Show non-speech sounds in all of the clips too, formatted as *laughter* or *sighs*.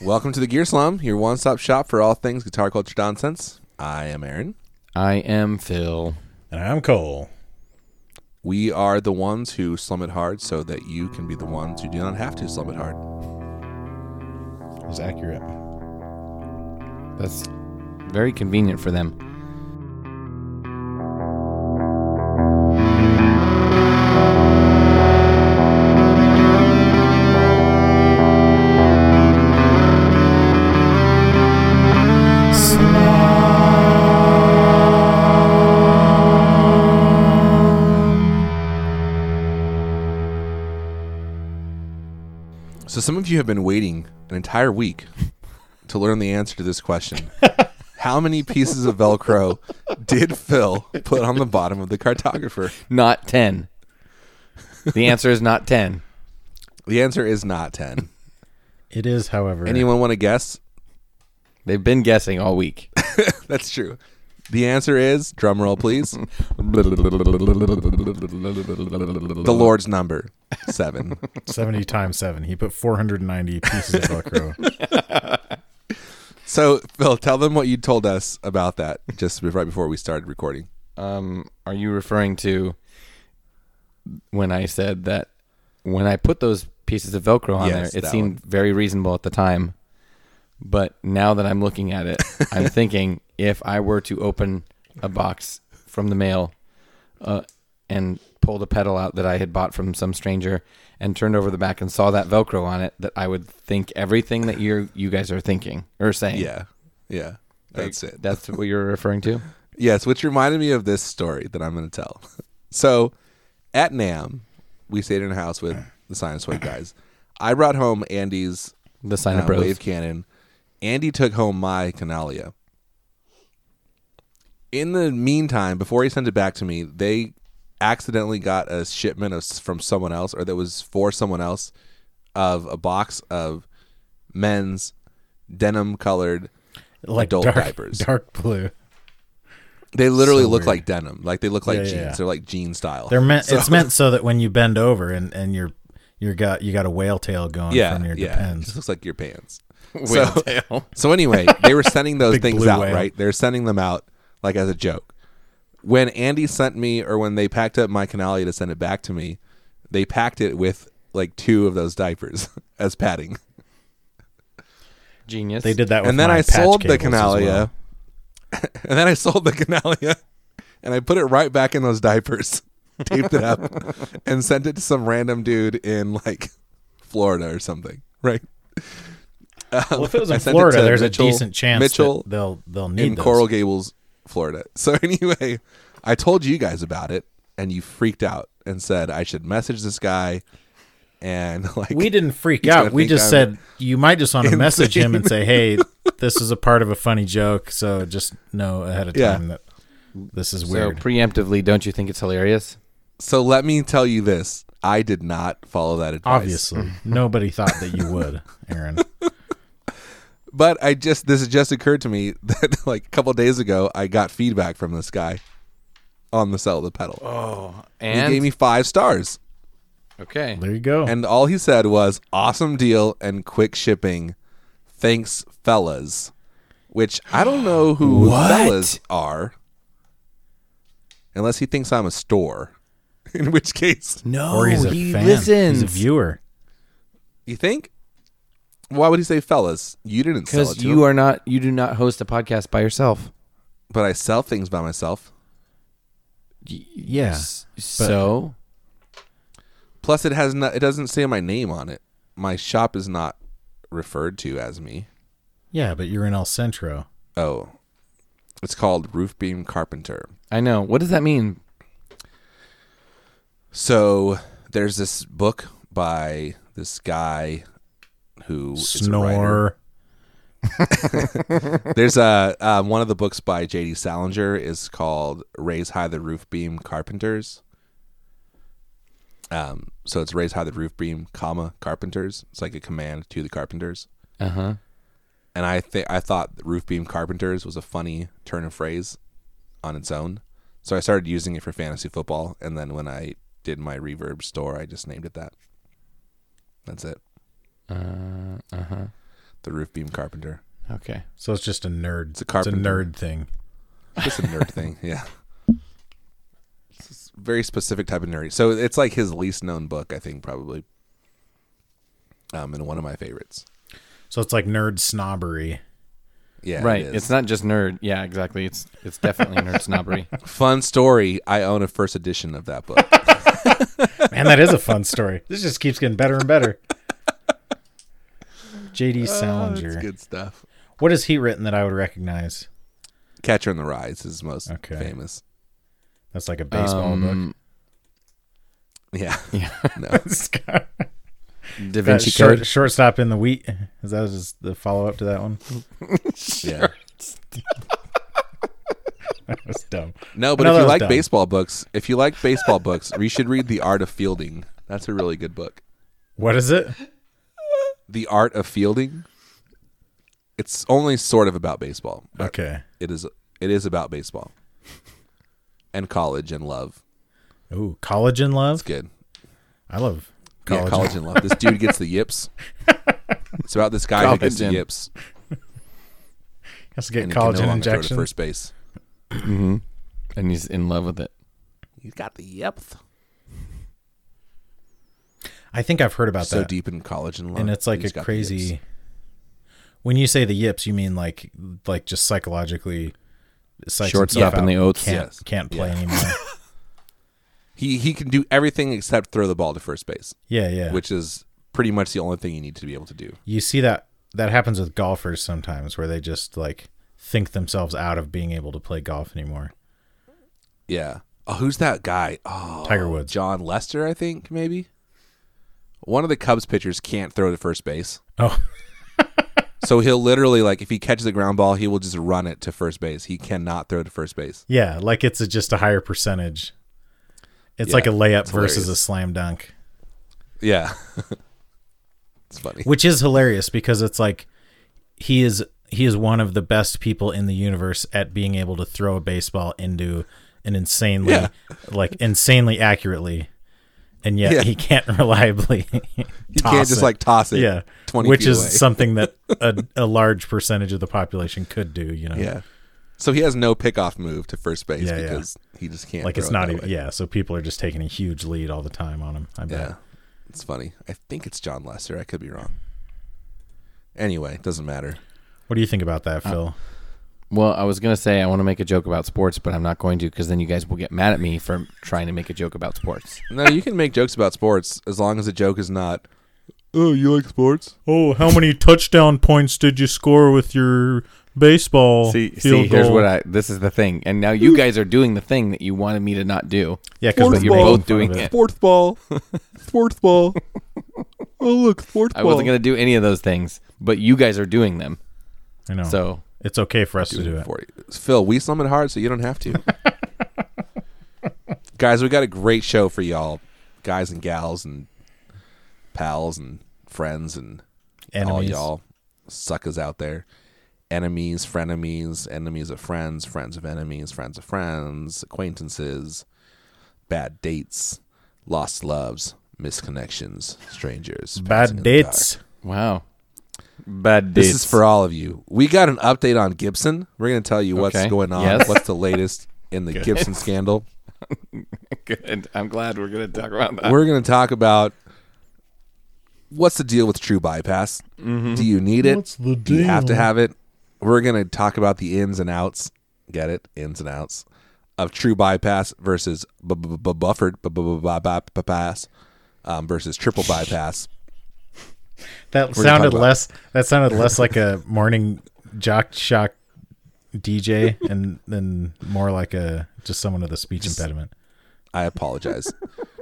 Welcome to the Gear Slum, your one stop shop for all things guitar culture nonsense. I am Aaron. I am Phil. And I'm Cole. We are the ones who slum it hard so that you can be the ones who do not have to slum it hard. That was accurate. That's very convenient for them. So, some of you have been waiting an entire week to learn the answer to this question How many pieces of Velcro did Phil put on the bottom of the cartographer? Not 10. The answer is not 10. The answer is not 10. It is, however. Anyone want to guess? They've been guessing all week. *laughs* That's true. The answer is, drum roll please, the the Lord's number, seven. 70 times 7. He put 490 pieces of *laughs* Velcro. So, Phil, tell them what you told us about that just right before we started recording. Um, are you referring to when I said that when I put those pieces of Velcro on Yes, there, it that seemed very reasonable at the time. But now that I'm looking *laughs* at it, I'm thinking if I were to open a box from the mail uh, and pulled a pedal out that I had bought from some stranger and turned over the back and saw that Velcro on it, that I would think everything that you you guys are thinking or saying. Yeah. Yeah. That's it. That's what you're referring to. Yes, which reminded me of this story that I'm going to tell. *laughs* So, at NAM, we stayed in a house with the Sinusoid guys. I brought home Andy's The sign uh, of bros. wave cannon. Andy took home my Canalia. In the meantime, before he sent it back to me, they accidentally got a shipment of, from someone else, or that was for someone else, of a box of men's denim colored. Like Adult dark, diapers. Dark blue. They literally So look weird. like denim, like they look like Yeah, yeah, jeans. yeah. They're like jean style. They're meant it's meant so that when you bend over and and you're you got you got a whale tail going yeah, from your yeah. It just depends. looks like your pants. Whale so, tail. *laughs* So anyway, they were *laughs* sending those Big things blue out, whale. right? They're sending them out like as a joke. When Andy sent me, or when they packed up my canalia to send it back to me, they packed it with like two of those diapers *laughs* as padding, Genius. They did that, Oh, with and then my I patch sold the cables as well. canalia, *laughs* and then I sold the canalia, and I put it right back in those diapers, *laughs* taped it up, *laughs* and sent it to some random dude in like Florida or something, right? *laughs* Well, if it was I in sent it Florida, to there's Mitchell- a decent chance Mitchell that they'll they'll need in those. Coral Gables, Florida. *laughs* So anyway, I told you guys about it, and you freaked out and said I should message this guy, and *laughs* like We didn't freak He's gonna out. We think just I'm said you might *laughs* just want to message him and insane." say, "Hey, this is a part of a funny joke, so just know ahead of Yeah. time that this is So weird." preemptively, don't you think it's hilarious? so let me tell you this: I did not follow that advice, Obviously, *laughs* nobody thought that you would, Aaron. But I just this has just occurred to me *laughs* that like a couple days ago I got feedback from this guy on the sell of the pedal. he Oh, And gave me five stars, okay, There *laughs* you go. and all he said was "awesome deal and quick shipping, thanks, fellas." Which I don't *gasps* know who What? fellas are, unless he thinks I'm a store. *laughs* In which case, no, or he's a fan. He's a viewer. you think? Why would he say fellas? You didn't sell it because to you him, are not. You do not host a podcast by yourself. but I sell things by myself. Yeah. S- so Plus, it has not. It doesn't say my name on it. My shop is not referred to as me. Yeah, but you're in El Centro. Oh, it's called Roof Beam Carpenter. I know. What does that mean? So there's this book by this guy who is a writer. Snore. *laughs* There's a um, one of the books by J.D. Salinger is called "Raise High the Roof Beam Carpenters." Um, so it's "Raise High the Roof Beam, comma Carpenters." It's like a command to the carpenters. Uh huh. And I think I thought "Roof Beam Carpenters" was a funny turn of phrase on its own, so I started using it for fantasy football. And then when I did my reverb store, I just named it that. That's it. Uh huh. the roof beam carpenter. Okay. So it's just a nerd. It's a carpenter. It's a nerd thing. It's a nerd thing, *laughs* yeah. It's a very specific type of nerdy. So it's like his least known book, I think, probably. Um, and one of my favorites. So it's like nerd snobbery. Yeah, right. It is. It's not just nerd. Yeah, exactly. It's it's definitely nerd snobbery. Fun story. I own a first edition of that *laughs* book. Man, that is a fun story. This just keeps getting better and better. *laughs* JD It's Salinger. Oh, good stuff. what has he written that I would recognize? Catcher in the Rye is his most Okay. famous. That's like a baseball *laughs* Um, Yeah, Yeah. *laughs* no, book. Scott- Da that Vinci short, Code. shortstop in the wheat. Is that just the follow up to that one? yeah, That's dumb. no. But No, if that you was like dumb. baseball books, if you like baseball books, you should read The Art of Fielding. That's a really good book. What is it? The Art of Fielding. It's only sort of about baseball, but Okay. it is it is about baseball and college and love. Ooh, collagen love. It's good. I love Yeah, college and love. This dude *laughs* gets the yips. It's about this guy who gets the Collagen. yips Has to get and he can no collagen longer throw to injection. first base. And he's in love with it. He's got the yips. I think I've heard about So that. deep in college and love, and it's like he's a got the yips. crazy. When you say the yips, you mean like like just psychologically. psychs and Shortstop stuff in out. the oats. Can't Yes. can't play Yeah. *laughs* anymore. He he can do everything except throw the ball to first base, Yeah, yeah. which is pretty much the only thing you need to be able to do. you see that that happens with golfers sometimes, where they just like think themselves out of being able to play golf anymore. Yeah. Oh, who's that guy? Oh, Tiger Woods. John Lester, I think maybe. One of the Cubs pitchers can't throw to first base. Oh, *laughs* So he'll literally like if he catches a ground ball, he will just run it to first base. He cannot throw to first base. yeah, like it's a, just a higher percentage. It's Yeah, like a layup it's versus a hilarious. slam dunk. Yeah. *laughs* it's funny. which is hilarious because it's like he is he is one of the best people in the universe at being able to throw a baseball into an insanely Yeah. like insanely accurately and yet Yeah. he can't *laughs* reliably You can't just like toss it. yeah 20 which feet is away. *laughs* something that a, a large percentage of the population could do you know Yeah. So he has no pickoff move to first base Yeah, yeah. because he just can't. like throw it's it not that even way. yeah so people are just taking a huge lead all the time on him i bet Yeah. It's funny. I think it's John Lester. I could be wrong. Anyway, it doesn't matter. what do you think about Uh, that phil Well, I was gonna say I want to make a joke about sports, but I'm not going to because then you guys will get mad at me for trying to make a joke about sports. No, you can make jokes about sports as long as the joke is not. Oh, you like sports? oh how many touchdown points did you score with your baseball See, see, here's what I. This is the thing, and now you guys are doing the thing that you wanted me to not do. Yeah, because Fourth you're ball. both Both doing doing it. it. Sports *laughs* ball. sports ball. oh, look, sports I wasn't gonna do any of those things, but you guys are doing them. I know. So So it's okay for us to do it. for you. Phil, we slum it hard so you don't have *laughs* to. Guys, we got a great show for y'all. Guys and gals and pals and friends and all Enemies. y'all suckers out there. Enemies, frenemies, enemies of friends, friends of enemies, friends of friends, acquaintances, bad dates, lost loves, misconnections, strangers. passing Bad in the dark. dates. wow, bad This is for all of you. We got an update on Gibson. We're going to tell you what's Okay. going on, Yes. what's the latest in *laughs* the Gibson scandal. *laughs* good. I'm glad we're gonna talk about Uh, that. We're going to talk about what's the deal with True Bypass. Mm-hmm. Do you need it? What's the Do you have to deal? have it? We're going to talk about the ins and outs. Get it? Ins and outs of True Bypass versus bu- bu- bu- Buffered bu- bu- bu- bu- bu- bu- Pass um, versus Triple Bypass. That gonna talk sounded about- less. That sounded less like a morning jock shock *laughs* DJ, and then more like a just someone with a speech impediment. I *laughs* apologize.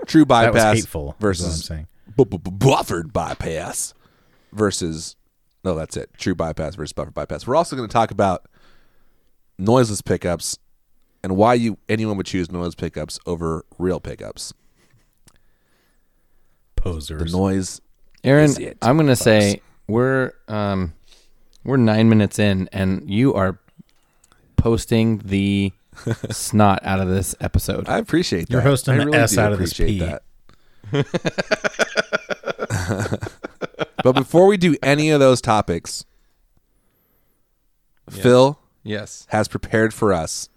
True That was Bypass hateful. Versus what I'm versus saying. bu- bu- bu- buffered bypass versus no, that's it. True bypass versus buffered bypass. We're also going to talk about noiseless pickups and why you anyone would choose noiseless pickups over real pickups. The Posers. noise. Aaron, Is it I'm gonna say we're um we're nine minutes in, and you are posting the snot out of this episode. I appreciate that. You're hosting I the S do out of this appreciate P. but before we do any of those topics, Phil Yes. has prepared for us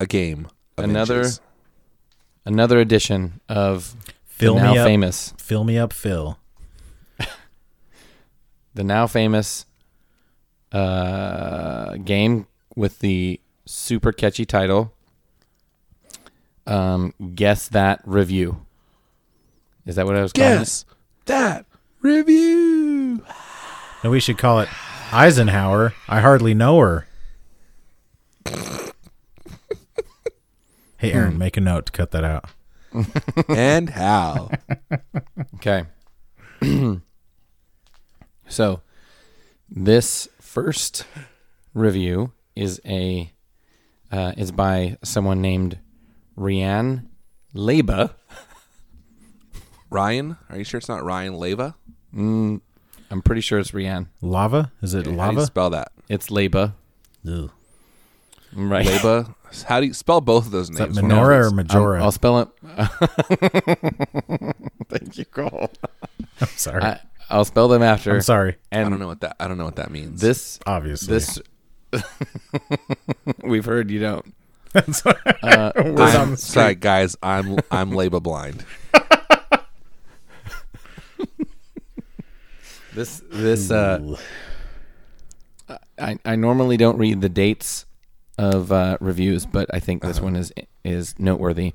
a game. Of Another- inches. Another edition of Fill the me now up. famous, Fill me up, Phil. the now famous uh, game with the super catchy title. Um, guess that review. Is that what I was calling it? guess that review. And we should call it Eisenhower. I hardly know her. Hey, Hmm. Aaron, make a note to cut that out. and how? *laughs* Okay. *clears throat* so, this first review is a uh, is by someone named Rianne Leba. Ryan? Are you sure it's not Ryan Leva? I'm pretty sure it's Rianne. Lava? Is it How do you lava? spell that? It's Leba, Ugh. right? Leva? How do you spell both of those Is that names? menorah or Um, majora? I'll spell it. *laughs* Thank you, Cole. *laughs* I'm sorry. I, I'll spell them after. I'm sorry. I don't know what that I don't know what that means. This Obviously. *laughs* this *laughs* we've heard you don't. uh, *laughs* I'm, sorry guys, I'm I'm labor blind. This this uh I, I normally don't read the dates of uh, reviews, but I think Uh-huh. this one is is noteworthy.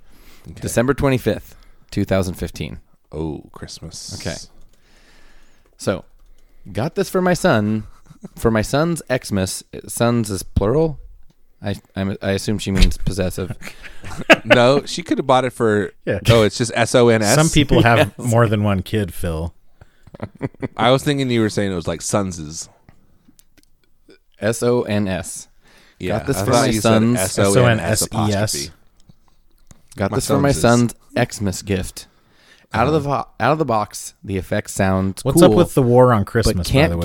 December twenty fifth, two thousand fifteen. Oh, Christmas. Okay. So, got this for my son, for my son's Xmas. Sons is plural. I I'm, I assume she means possessive. *laughs* No, she could have bought it for Yeah. Oh, it's just S O N S. *laughs* Some people have more than one kid, Phil. I was thinking you were saying it was like Sunses. S O N S. Yeah. this for my sons. S-O-N-S-E-S. S-O-N-S-E-S. Got My this for my son's son's Xmas gift. Out of the vo- out of the box, the effects sound Uh-huh. What's cool, up with the war on but Christmas? by the can't way?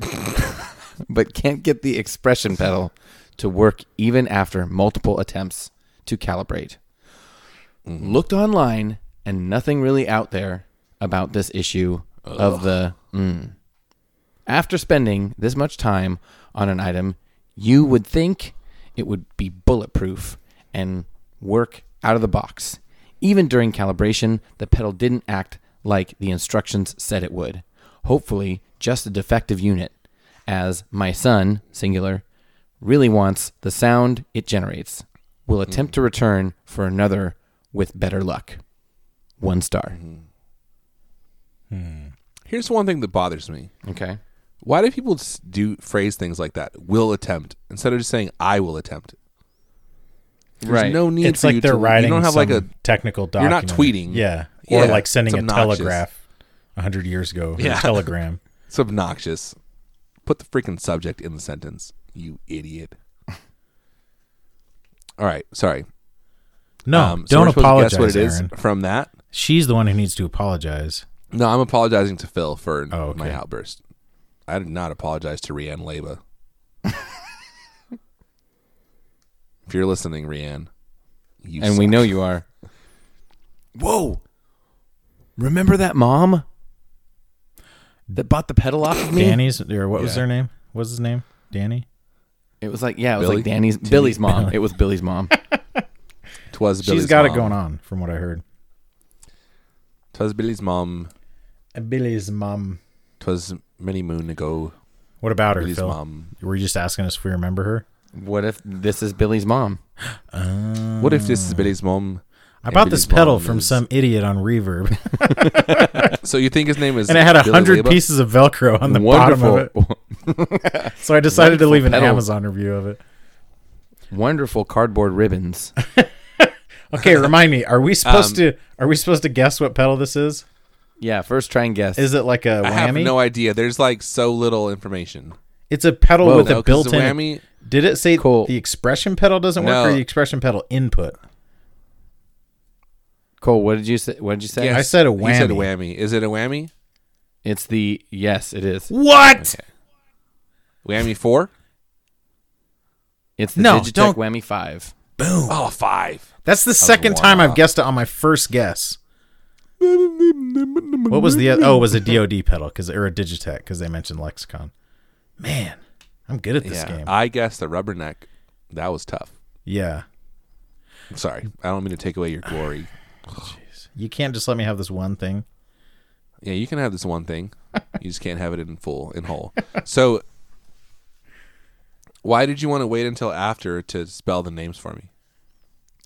get *laughs* but can't get the expression pedal to work even after multiple attempts to calibrate. Mm-hmm. Looked online and nothing really out there about this issue of the mm. After spending this much time on an item, you would think it would be bulletproof and work out of the box. Even during calibration, the pedal didn't act like the instructions said it would. Hopefully, just a defective unit, as my son, singular, really wants the sound it generates. Will attempt to return for another with better luck. One star. Here's one thing that bothers me. Okay. Why do people s- do phrase things like that? Will attempt instead of just saying I will attempt. There's Right. no need It's for you like they're to, writing. You don't have like a some technical You're not document. tweeting. Yeah. Or Yeah, like sending it's a obnoxious. telegraph a hundred years ago. or Yeah. *laughs* A telegram. it's obnoxious. Put the freaking subject in the sentence, you idiot. *laughs* All right, sorry. Um, No, so we're don't supposed to apologize. Guess what it is Aaron. from that. She's the one who needs to apologize. No, I'm apologizing to Phil for Oh, okay. my outburst. I did not apologize to Rianne Leba. *laughs* if you're listening, Rianne, you and we know you are. *laughs* Whoa! Remember that mom that bought the pedal off of me? Danny's or what was Yeah. their name? What's his name? Danny? It was like yeah, it was Billy? like Danny's Billy's mom. It was Billy's mom. twas Billy's She's got mom. it going on from what I heard. Twas Billy's mom. Billy's mom. Twas many moon ago. What about her, Billy's Phil? mom. Were you just asking us if we remember her? *laughs* what if this is Billy's mom? What if Hmm. this is Billy's mom? I and bought this Billy's pedal mom from is- some idiot on *laughs* Reverb, So you think his name is? and it had a Billy hundred Leba? pieces of Velcro on the bottom of it. Wonderful, So I decided to Wonderful leave an pedal. Amazon review of it. wonderful cardboard ribbons. *laughs* Okay, remind me, are we supposed Um, to are we supposed to guess what pedal this is? Yeah, first try and guess. Is it like a *laughs* I have whammy? no idea. There's like so little information. it's a pedal Whoa. with No, a 'cause the built-in whammy. Did it say Cool. the expression pedal doesn't work No. or the expression pedal input? Cole? What did you say? What did you say? Yes. I said a He said a whammy. whammy. Is it a whammy? It's the yes. It is. What? Whammy four? It's the No, Digitech don't- Whammy Five. Oh, five. That's the second one time I've off. guessed it on my first guess. What was the oth- oh? It was a DoD pedal because or a Digitech because they mentioned Lexicon. Man, I'm good at this Yeah. game. I guessed a rubberneck. That was tough. yeah. I'm sorry. I don't mean to take away your glory. You can't just let me have this one thing. Yeah, you can have this one thing. You just can't have it in full, in whole. So, why did you want to wait until after to spell the names for me?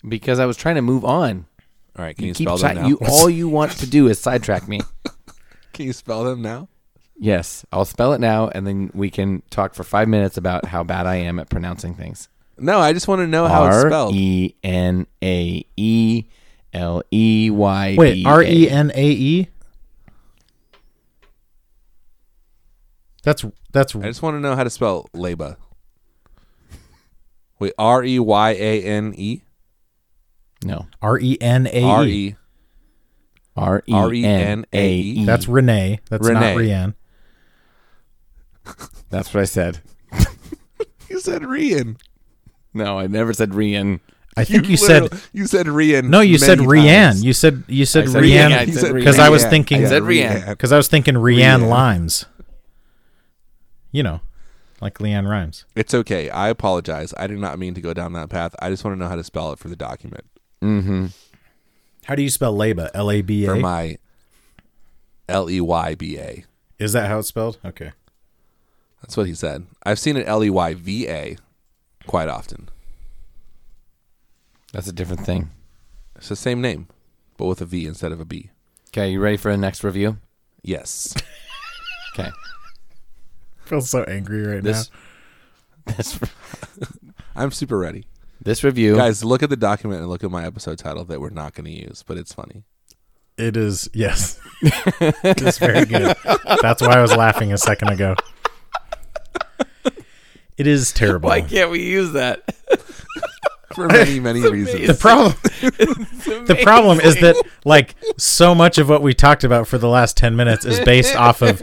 because I was trying to move on. All right, can You, you, keep spell try- them now? *laughs* you all you want to do is sidetrack *laughs* me. can you spell them now? Yes, I'll spell it now, and then we can talk for five minutes about how bad I am at pronouncing things. No, I just want to know how it's R spelled. e n a e l e y b. Wait, A. R E N A E. That's that's I just want to know how to spell Leba. Wait, R E Y A N E No, R E N A R E. E. R e n a R-E-N-A-E. e. That's Renee. That's Renee. not Rian. that's what I said. You said Rian. No, I never said Rian. I think you, literal- said you said Rian. no. You said many Rian. times. You said you said, I said *laughs* Rian. Rian. I said because I was Rian. thinking- I said Rian. Rian. Because I was thinking Rianne Rianne. Limes. You know, like Leanne Rhymes. It's okay. I apologize. I did not mean to go down that path. I just want to know how to spell it for the document How do you spell Laba? L A B for A. my L E Y B A. Is that how it's spelled? Okay. That's what he said. I've seen it L E Y V A quite often. That's a different thing. It's the same name, but with a V instead of a B. Okay, you ready for a next review? Yes. Okay, I feel so angry right this this I'm super ready. this review. Guys, look at the document and look at my episode title that we're not going to use, but it's funny. now. It is *laughs* yes. it's very good. That's why I was laughing a second ago. It is terrible. why can't we use *laughs* that? For many, many reasons. the problem *laughs* the problem is that like so much of what we talked about for the last 10 minutes is based off *laughs* of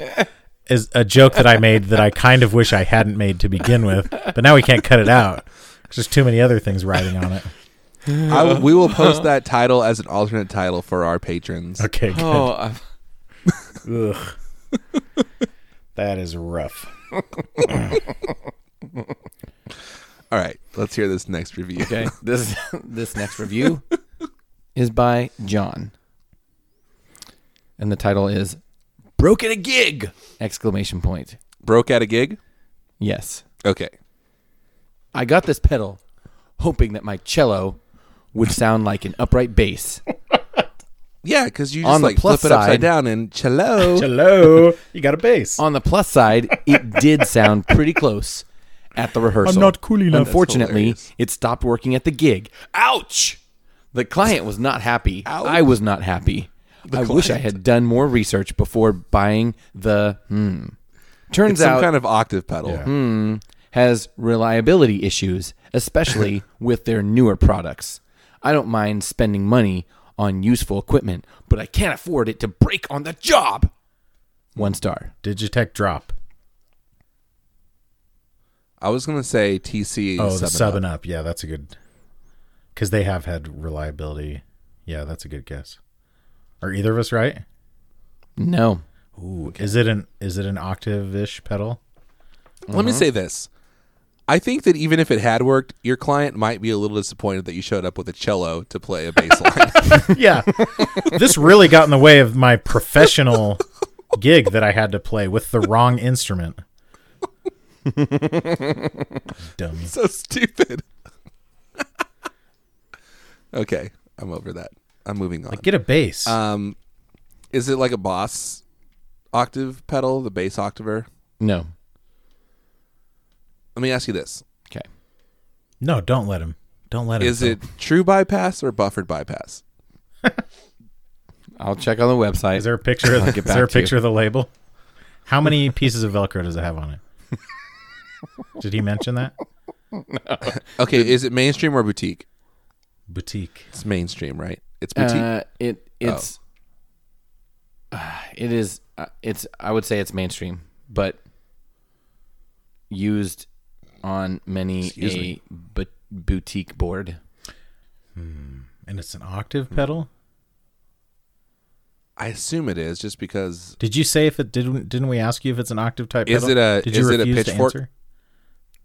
is a joke that I made that I kind of wish I hadn't made to begin with, but now we can't cut it out. 'cause There's too many other things riding on it. I will- we will post that title as an alternate title for our patrons. Okay, good. Oh, I'm- Ugh. That is rough. All right, let's hear this next review. Okay. *laughs* This this next review is by John. And the title is Broke at a Gig! Exclamation point. Broke at a gig? Yes. Okay. I got this pedal hoping that my cello would sound like an upright bass. Yeah, because you just On the like flip plus it upside side- down and cello. Hello, you got a bass. On the plus side, it did sound pretty close at the rehearsal. not cool enough. That's Unfortunately, hilarious. it stopped working at the gig. Ouch! The client was not happy. I was not happy. I wish I had done more research before buying the hmm. Turns Some out kind of octave pedal. has reliability issues, *laughs* especially with their newer products. I don't mind spending money on useful equipment, but I can't afford it to break on the job. One star. Digitech drop. I was gonna say TC. Oh, seven the sub up. and up. Yeah, that's a good. Because they have had reliability. Yeah, that's a good guess. Are either of us right? No. Ooh, is it an is it an octave ish pedal? *laughs* Let me say this. I think that even if it had worked, your client might be a little disappointed that you showed up with a cello to play a bass line. *laughs* Yeah, this really got in the way of *laughs* my professional gig that I had to play with the wrong instrument. *laughs* Dummy. so stupid. *laughs* okay, I'm over that. I'm moving on. Get a bass. Um, is it like a Boss octave pedal, the bass octaver? No. Let me ask you this: Okay. no, don't let him. Don't let him. Is Phil. it true bypass or buffered bypass? I'll check on the website. Is there a picture? Of the, get is there a back to you. picture of the label? How many pieces of Velcro does it have on it? *laughs* Did he mention that? Okay, is it mainstream or boutique? Boutique. It's mainstream, right? It's boutique. Uh, it it's Ah, it is uh, it's I would say it's mainstream, but used on many Excuse a me. bu- boutique board. And it's an octave Hmm. pedal. I assume it is, just because Did you say if it didn't? Didn't we ask you if it's an octave type? Is pedal? it a- Did is you it a refuse to pitchfork? answer?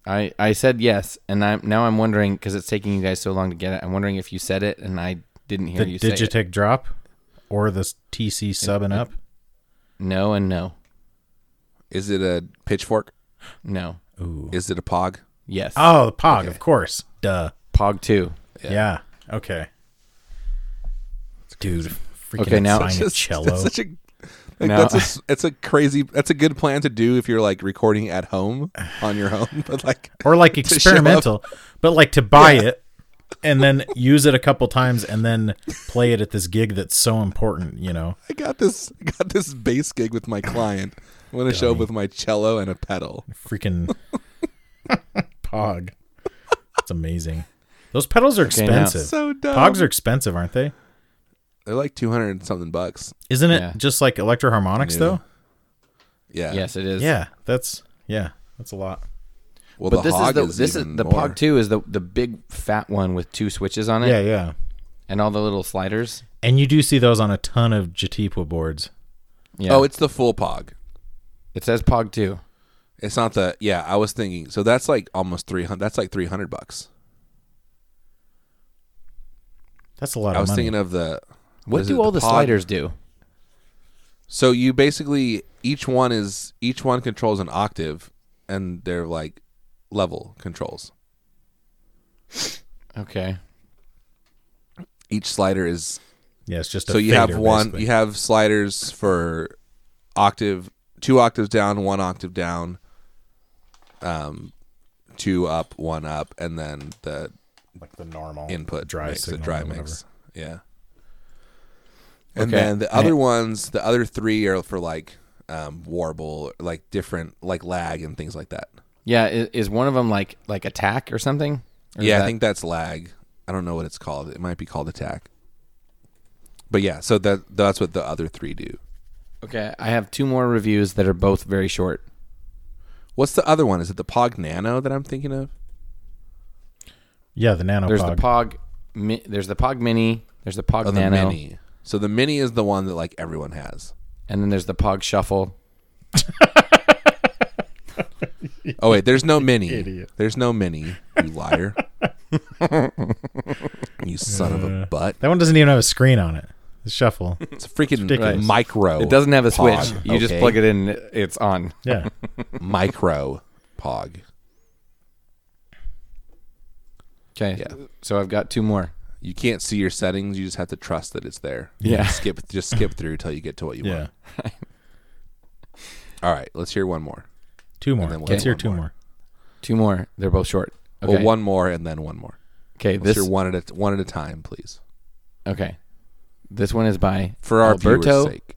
I, I said yes, and I'm now I'm wondering because it's taking you guys so long to get it. I'm wondering if you said it and I didn't hear the you say it. Digitech drop or the TC sub and up. No and no, Is it a pitchfork? no. Ooh. Is it a pog? Yes. Oh, the Pog, of course. Duh. Pog two. Yeah. Okay. Dude, freaking Okay, now- sign a Just- cello. That's such a like, Now- that's a, s- it's a crazy that's a good plan to do if you're like recording at home *laughs* on your own but like or like to show up. experimental, but like to buy it and then use it a couple times and then play it at this gig that's so important, you know. I got this I got this bass gig with my client I'm gonna show up with my cello and a pedal Freaking *laughs* Pog. It's amazing. Those pedals are now- expensive. so dumb Pogs are expensive, aren't they? they're like 200 and something bucks Isn't it Yeah. just like electro harmonics Yeah. though? yeah Yes, it is. Yeah, that's yeah, that's a lot. well But the this is hog the is this is even the more. Pog two is the the big fat one with two switches on it Yeah, yeah. and all the little sliders. And you do see those on a ton of Jatipwa boards. Yeah. oh it's the full pog it says Pog two. it's not the yeah I was thinking so that's like almost 300 that's like 300 bucks That's a I lot of was money. thinking of the What is do it, all the, Pog- sliders do? So you basically each one is each one controls an octave, and they're like level controls. Okay. Each slider is yeah, it's just a so you have fader, one basically. you have sliders for octave two octaves down, one octave down, um, two up, one up, and then the like the normal input dry mix, the signal dry or mix. Yeah. And Okay. then the other ones, the other three are for like um, warble, like different, like lag and things like that. Yeah. Is, is one of them like like attack or something? Or is yeah, that- I think that's lag. I don't know what it's called. It might be called attack. But yeah, so that that's what the other three do. Okay, I have two more reviews that are both very short. What's the other one? Is it the Pog Nano that I'm thinking of? Yeah, the nano There's Pog. the Pog, Mi- there's the Pog Mini, there's the Pog Oh, the Nano, Mini. So the Mini is the one that like everyone has. and then there's the Pog Shuffle. Oh wait, there's no Mini. There's no Mini. You liar. you son of a butt. That one doesn't even have a screen on it. *laughs* The shuffle. It's a freaking ridiculous. micro. It doesn't have a Pog, switch. You just okay? plug it in, and it- it's on. Yeah. micro Pog. Okay. Yeah. So I've got two more. You can't see your settings. You just have to trust that it's there. Yeah. Skip just skip through till you get to what you yeah. want. All right, let's hear one more. Two more. then we'll Let's do hear one two more. more. Two more. They're both short. Okay. Well, one more and then one more. Okay. Let's This. hear one at a, one at a time, please, Okay. This one is by for our viewers' Alberto sake.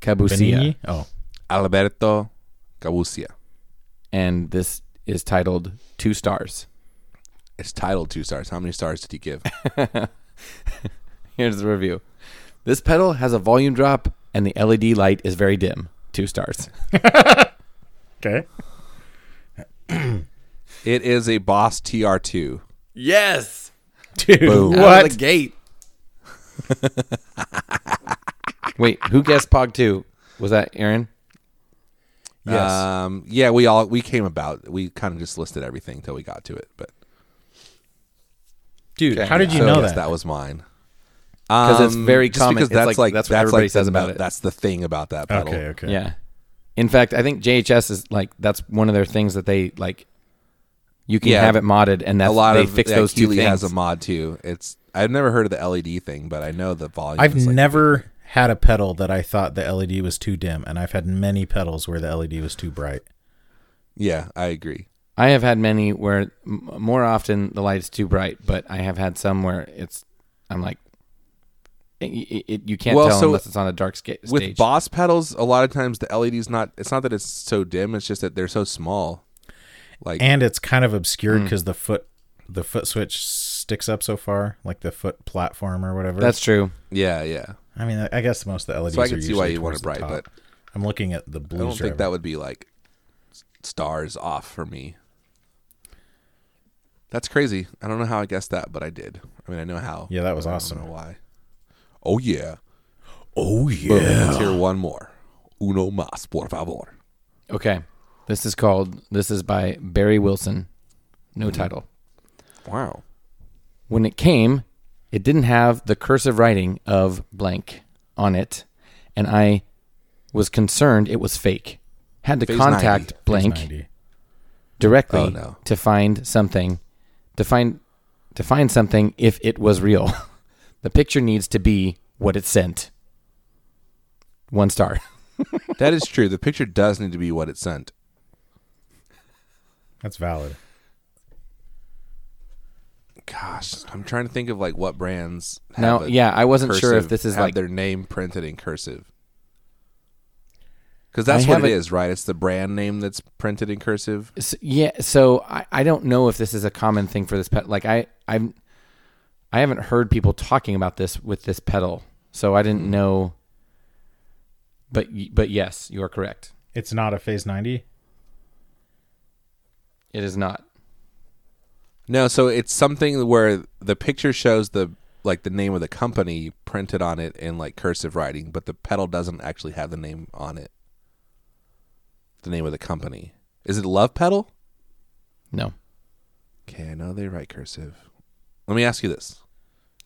Cabusia, Benigni? Oh. Alberto Gabusia. and this is titled Two Stars. It's titled two stars. How many stars did you *laughs* give? Here's the review. This pedal has a volume drop, and the LED light is very dim. Two stars. Okay. it is a Boss TR2. Yes. Dude, Boom. Out of what? the gate. *laughs* Wait, who guessed Pog two? Was that Aaron? Yes. Um, yeah, we all we came about. We kind of just listed everything till we got to it. But Dude, how did you so know yes, that? was mine. Um, 'Cause it's very just common. Because It's that's like- like that's what everybody like says the- about it. That's the thing about that pedal. Okay, okay. Yeah. In fact, I think JHS is like that's one of their things that they like. You can Yeah. have it modded, and that's A lot they of fix yeah, those two Keeley things. has a mod too. It's I've never heard of the LED thing, but I know the volume. I've is like never had a pedal that I thought the LED was too dim, and I've had many pedals where the LED was too bright. Yeah, I agree. I have had many where m- more often the light's too bright, but I have had some where it's. I'm like, it, it, it- you can't Well, tell so unless it's on a dark sca- stage. With Boss pedals, a lot of times the LED's not. It's not that it's so dim. It's just that they're so small. Like And it's kind of obscured Mm. because the foot, the foot switch sticks up so far, like the foot platform or whatever. that's true. yeah, yeah. I mean, I- I guess most of the LEDs So I are can see usually why you want it towards bright, the top. but- I'm looking at the I blue. don't think that would be like s- stars off for me. That's crazy. I don't know how I guessed that, but I did. I mean, I know how. Yeah, that was I don't awesome. know why. Oh yeah. Oh Boom. yeah. Let's hear one more. Uno más, por favor. Okay. This is called. This is by Barry Wilson. No Mm-hmm. title. Wow. When it came, it didn't have the cursive writing of blank on it, and I was concerned it was fake. Had to Phase contact 90. blank 90. directly Oh, no. to find something to find to find something if it was real. *laughs* the picture needs to be what it sent. One star. That is true. The picture does need to be what it sent. That's valid. Gosh, I'm trying to think of like what brands. Have Now, a yeah, I wasn't sure if cursive- this is have like- their name printed in cursive. Because that's I what it haven't- is, right? It's the brand name that's printed in cursive. S yeah, so I, I don't know if this is a common thing for this pet. Like I I've I haven't heard people talking about this with this pedal, so I Hmm. didn't know. But y- but yes, you are correct. It's not a phase 90. It is not. No, so it's something where the picture shows the like the name of the company printed on it in like cursive writing, but the pedal doesn't actually have the name on it. The name of the company. Is it Love Pedal? No. Okay, I know they write cursive. Let me ask you this.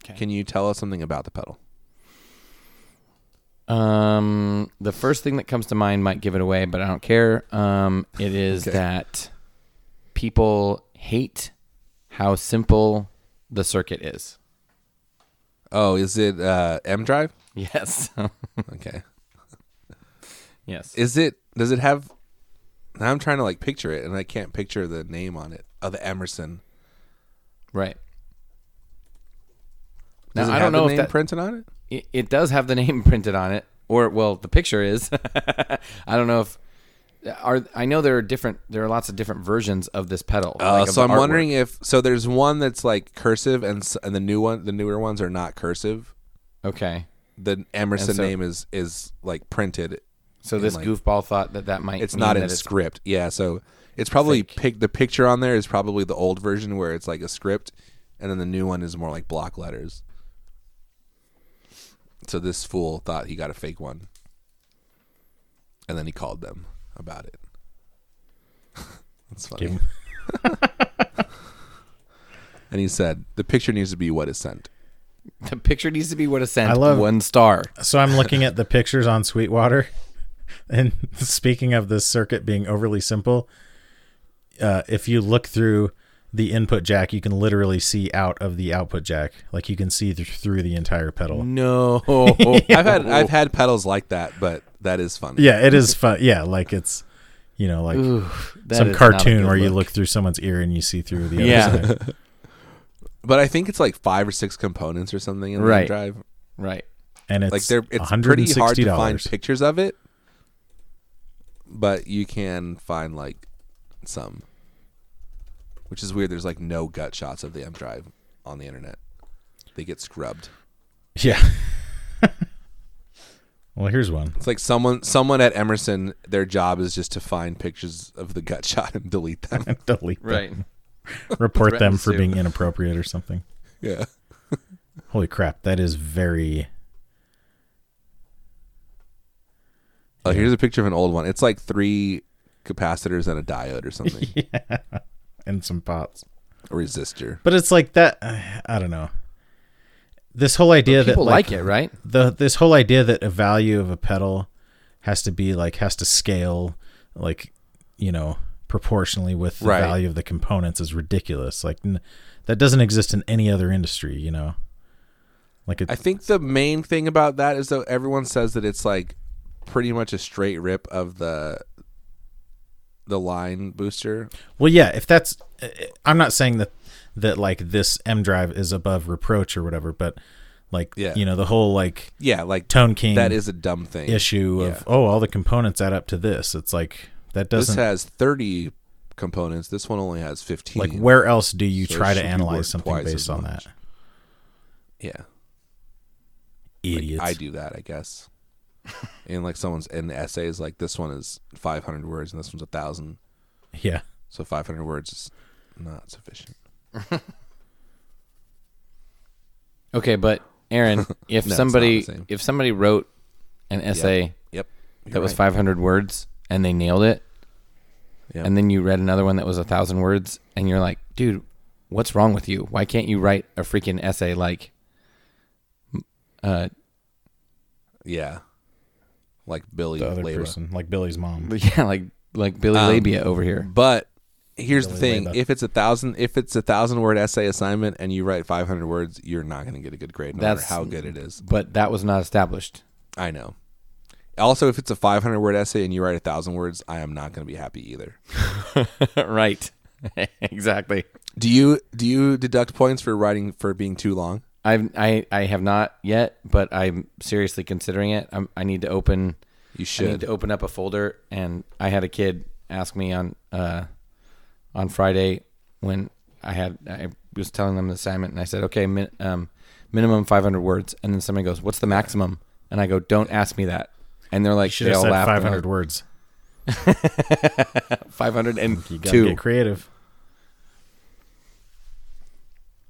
'Kay. Can you tell us something about the pedal? Um, the first thing that comes to mind might give it away, but I don't care. Um, it is Okay. that people hate how simple the circuit is. Oh, is it uh, M Drive? *laughs* Yes. Okay. *laughs* yes. Is it? Does it have? Now I'm trying to like picture it, and I can't picture the name on it. Oh, the Emerson. right. Does Now, it I have don't the know if name that- printed on it. It, it does have the name *laughs* printed on it, or well, the picture is. *laughs* I don't know if are. I know there are different. There are lots of different versions of this pedal. Uh, like of so the I'm artwork. wondering if so. There's one that's like cursive, and s- and the new one, the newer ones are not cursive. Okay. The Emerson And so- name is is like printed. So this like- goofball thought that that might. It's mean not in that it's script. Yeah, so it's probably pic- the picture on there is probably the old version where it's like a script, and then the new one is more like block letters. So this fool thought he got a fake one, and then he called them about it. *laughs* That's funny. Give *laughs* and he said the picture needs to be what is *laughs* sent. *laughs* The picture needs to be what a sent. I love- one star. So I'm looking at the pictures on Sweetwater. *laughs* And speaking of this circuit being overly simple, uh, if you look through the input jack, you can literally see out of the output jack. Like you can see th- through the entire pedal. No, *laughs* I've had I've had pedals like that, but that is funny. Yeah, it is fun. Yeah, like it's, you know, like some cartoon where you look through someone's ear and you see through the other Yeah. side. But I think it's like five or six components or something in the Right. drive. right. And it's Like they're it's $160. pretty hard to find pictures of it, but you can find like some, which is weird. There's like no gut shots of the M drive on the internet. They get scrubbed. yeah. *laughs* well, here's one. *laughs* It's like someone someone at Emerson, their job is just to find pictures of the gut *laughs* shot and delete them. *laughs* Delete them. Right. Report them Threaten for to. being inappropriate or something. yeah. Holy crap, that is very Oh, here's a picture of an old one. It's like three capacitors and a diode or something. and some pots. A resistor. But it's like that. *sighs* I don't know. This whole idea that People like, like, it, right? the this whole idea that a value of a pedal has to be like has to scale like you know proportionally with the Right. value of the components is ridiculous. Like n- that doesn't exist in any other industry. You know, like it, I think the main thing about that is though everyone says that it's like pretty much a straight rip of the the line booster. Well, yeah, if that's uh, I'm not saying that that like this M drive is above reproach or whatever, but like Yeah. you know the whole like Yeah, like Tone King that is a dumb thing. issue of Yeah. oh all the components add up to this. It's like that This doesn't has 30 components. This one only has 15. like where else do you So it try should to be worth analyze something twice as based on much. that? yeah. Like, Idiots. I do that, I *laughs* guess. and like someone's in essays like this one is 500 words and this one's a 1000. Yeah. So 500 words is not sufficient. Okay, but *laughs* Aaron, if No, it's somebody not the same. if somebody wrote an essay Yep. that was You're right. 500 words and they nailed it, Yeah. and then you read another one that was a thousand words, and you're like, dude, what's wrong with you? Why can't you write a freaking essay like, uh, *laughs* Yeah. Like Billy the other Labor. person, like Billy's mom. yeah, like like Billy Um, Labia over here? But here's the Billy thing: Leyba. if it's a thousand, if it's a thousand word essay assignment and you write 500 words, you're not going to get a good grade, no That's- matter how good it is. But that was *laughs* not established. I know. Also, if it's a 500 word essay and you write a thousand words, I am not going to be happy either. right. *laughs* exactly. Do you do you deduct points for writing for being too long? I've I, I have not yet, but I'm seriously considering it. I'm, I need to open You I need should. to open up a folder, and I had a kid ask me on uh, on Friday when I had I was telling them the assignment, and I said, okay, min, um, minimum 500 words, and then somebody goes, what's the maximum? And I go, don't ask me that. And they're like, Should they have all said laughed. and I 500 was, words. 500 and You gotta two. get creative.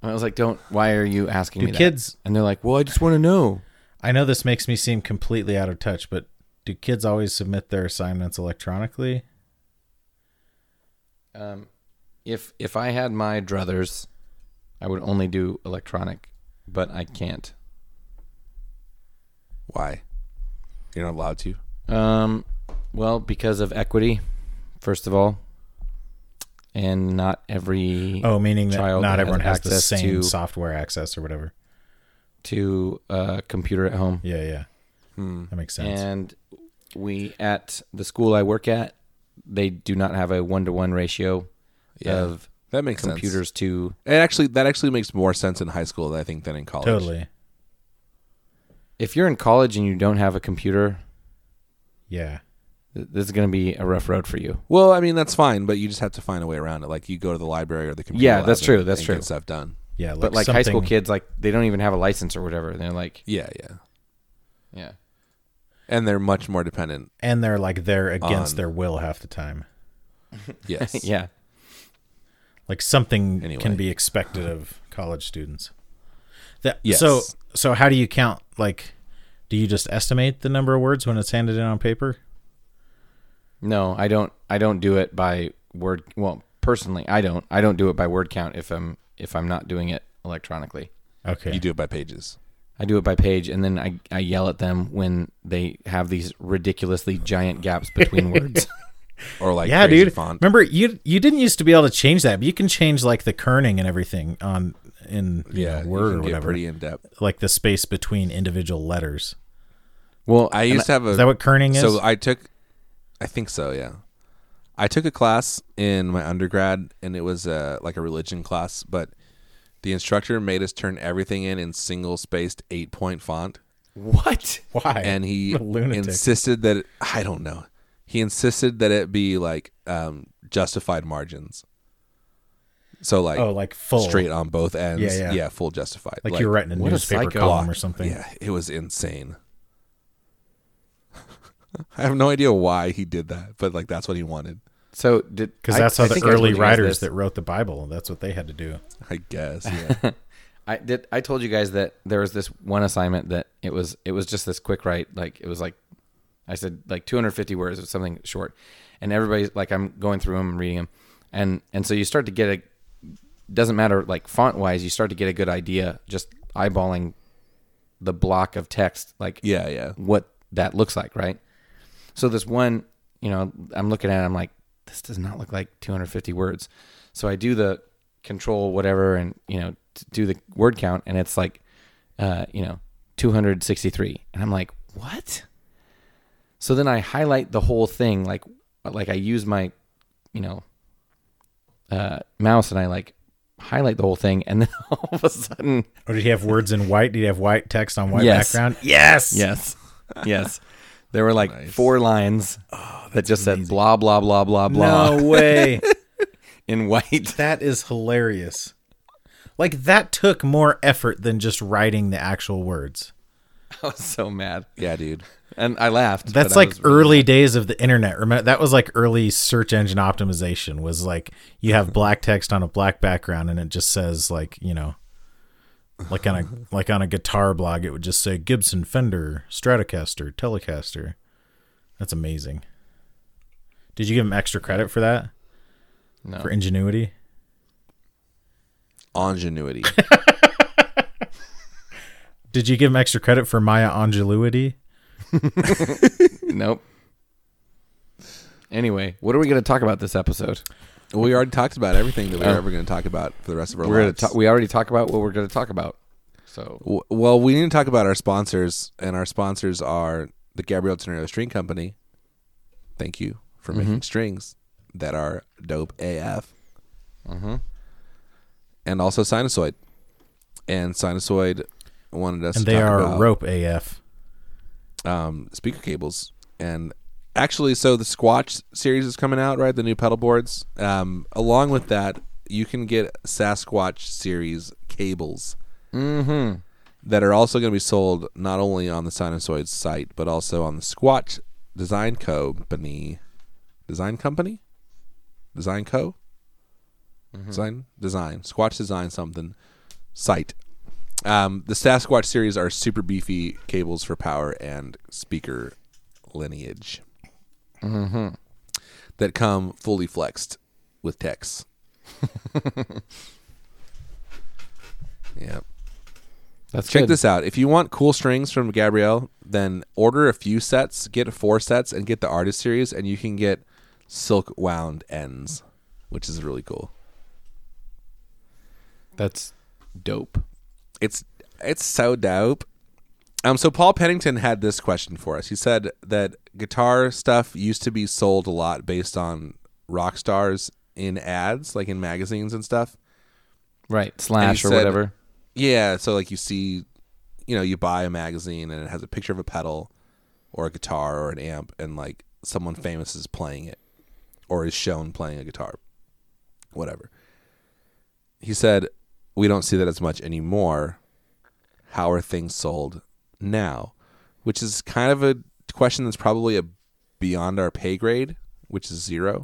And I was like, don't. Why are you asking Do me? that?" kids- And they're like, well, I just want to know. I know this makes me seem completely out of touch, but do kids always submit their assignments electronically? Um, if if I had my druthers, I would only do electronic, but I can't. Why? You're not allowed to. Um, well, because of equity, first of all, and not every Oh, meaning that Child not has everyone has the access same to- software access or whatever. to uh, computer at home. Yeah, yeah. Hmm. That makes sense. And we at the school I work at, they do not have a one to one ratio of That makes sense. computers to. It actually that actually makes more sense in high school, I think, than in college. totally. If you're in college and you don't have a computer, Yeah. th- this is going to be a rough road for you. Well, I mean that's fine, but you just have to find a way around it. Like you go to the library or the computer. Yeah, lab that's and- true, that's and true. Get stuff done. Yeah. But like high school something- kids, like they don't even have a license or whatever. They're like, Yeah, yeah. yeah. And they're much more *laughs* dependent. And they're like, they're against On- their will half the time. Yes. *laughs* Yeah. like something Anyway. can be expected of college students. That Yes. so so how do you count like do you just estimate the number of words when it's handed in on paper? No, I don't. I don't do it by word. Well, personally, I don't. I don't do it by word count if I'm if I'm not doing it electronically. Okay. You do it by pages. I do it by page, and then I I yell at them when they have these ridiculously giant gaps *laughs* between words. Or like yeah, crazy dude. font. Remember you you didn't used to be able to change that, but you can change like the kerning and everything on in you Yeah, know, you Word can or get whatever. Pretty in depth. Like the space between individual letters. Well, I used to have a Is that what kerning is? So I took, I think so. Yeah, I took a class in my undergrad, and it was uh, like a religion class. But the instructor made us turn everything in in single spaced eight point font, what? Why? and he What *laughs* a lunatic. insisted that it, I don't know. He insisted that it be like um, justified margins. So like oh, like full straight on both ends. Yeah, yeah. full justified. like, you're writing a what a newspaper psycho. column or something. Yeah, it was insane. *laughs* I have no idea why he did that, but like that's what he wanted, So did Because I- that's how I the think I told early you guys writers this. that wrote the Bible, that's what they had to do. I guess. *laughs* Yeah. *laughs* I did. I told you guys that there was this one assignment that it was it was just this quick write. Like it was like I said, like 250 words or something short, and everybody's like I'm going through them and reading them, and and so you start to get a doesn't matter like font wise, you start to get a good idea just eyeballing the block of text like yeah, yeah. what that looks like, right? So this one, you know, I'm looking at it, I'm like, this does not look like 250 words. So I do the control whatever and, you know, t- do the word count and it's like, uh, you know, 263. And I'm like, what? So then I highlight the whole thing, like, like I use my, you know, uh, mouse and I like highlight the whole thing. And then *laughs* all of a sudden, Or did he have words in white? Did he have white text on white Yes. background? Yes. Yes. Yes. There were like Nice. four lines that just said blah blah blah blah blah No way. *laughs* in white. *laughs* that is hilarious. Like that took more effort than just writing the actual words. I was so mad. Yeah, dude. And I laughed. That's but I like was- early days of the internet. Remember that was like early search engine optimization was like you have black text on a black background and it just says like, you know, like *laughs* on a like on a guitar blog it would just say Gibson Fender, Stratocaster, Telecaster. That's amazing. Did you give him extra credit for that? No. For ingenuity? Ingenuity. Did you give him extra credit for Maya Angeluity? nope. Anyway, what are we going to talk about this episode? we already talked about everything that we were Oh. ever going to talk about for the rest of our We're going lives. to we already talk about what we're going to talk about. So W- Well, we need to talk about our sponsors, and our sponsors are the Gabriel Tenero String Company. Thank you for Mm-hmm. making strings that are dope AF. Mm-hmm. And also Sinusoid. And Sinusoid wanted us And to they talk are about rope AF. um, speaker cables. And actually, so the Squatch series is coming out, right? The new pedal boards. Um, along with that, you can get Sasquatch series cables that are also going to be sold not only on the Sinusoid site but also on the Squatch Design Company, Design Company, Design Co. Design Design Squatch Design something site. Um, the Sasquatch series are super beefy cables for power and speaker lineage that come fully flexed with techs. yeah. that's Check good. this out. If you want cool strings from Gabrielle, then order a few sets, get four sets, and get the artist series, and you can get silk wound ends, which is really cool. That's dope. It's it's so dope. Um, so Paul Pennington had this question for us. He said that guitar stuff used to be sold a lot based on rock stars in ads, like in magazines and stuff. Right. Slash or said- whatever. Yeah, so like you see, you know, you buy a magazine and it has a picture of a pedal or a guitar or an amp and like someone famous is playing it or is shown playing a guitar. Whatever. He said, "We don't see that as much anymore. How are things sold now?" Which is kind of a question that's probably a beyond our pay grade, which is zero.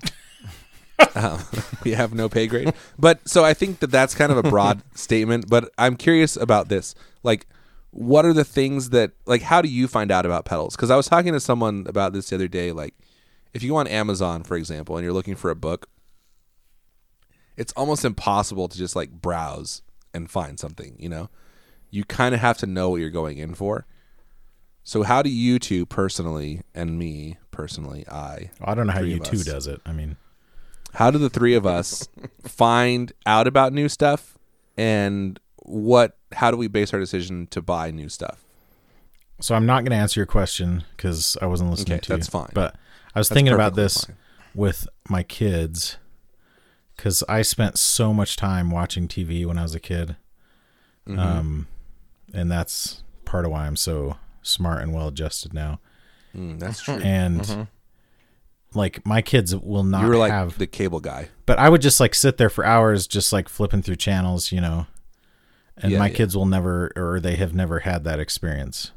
Um, *laughs* we have no pay grade. But so I think that that's kind of a broad statement. But I'm curious about this. Like, what are the things that, like, how do you find out about pedals? Because I was talking to someone about this the other day. Like, if you go on Amazon, for example, and you're looking for a book, it's almost impossible to just like browse and find something, you know? You kind of have to know what you're going in for. So, how do you two personally, and me personally, I Well, I don't know how Three you of two us. does it. I mean, how do the three of *laughs* us find out about new stuff and what how do we base our decision to buy new stuff so I'm not going to answer your question because I wasn't listening Okay, to you. that's fine. But I was thinking about perfectly this fine. with my kids because I spent so much time watching TV when I was a kid. Mm-hmm. Um, and that's part of why I'm so smart and well adjusted now. Mm, *laughs* that's true And like my kids will not Mm-hmm. you were like have the cable guy but I would just like sit there for hours, just like flipping through channels, you know. And Yeah, my yeah. kids will never, or they have never had that experience.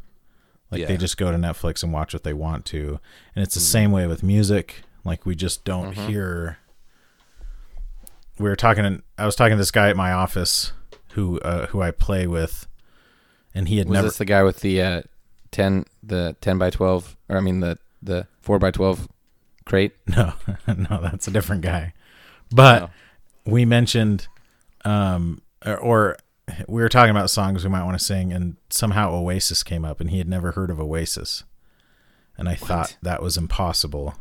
Like Yeah. Mm. they just go to Netflix and watch what they want to, and it's the same way with music. Like we just don't Mm-hmm. hear. We were talking. I was talking to this guy at my office, who uh, who I play with, and he had Was never. this the guy with the uh, ten the ten by twelve or I mean the the four by twelve crate? *laughs* No, no, that's a different guy. But Oh. we mentioned, um, or, or we were talking about songs we might want to sing, and somehow Oasis came up, and he had never heard of Oasis, and I thought that was impossible.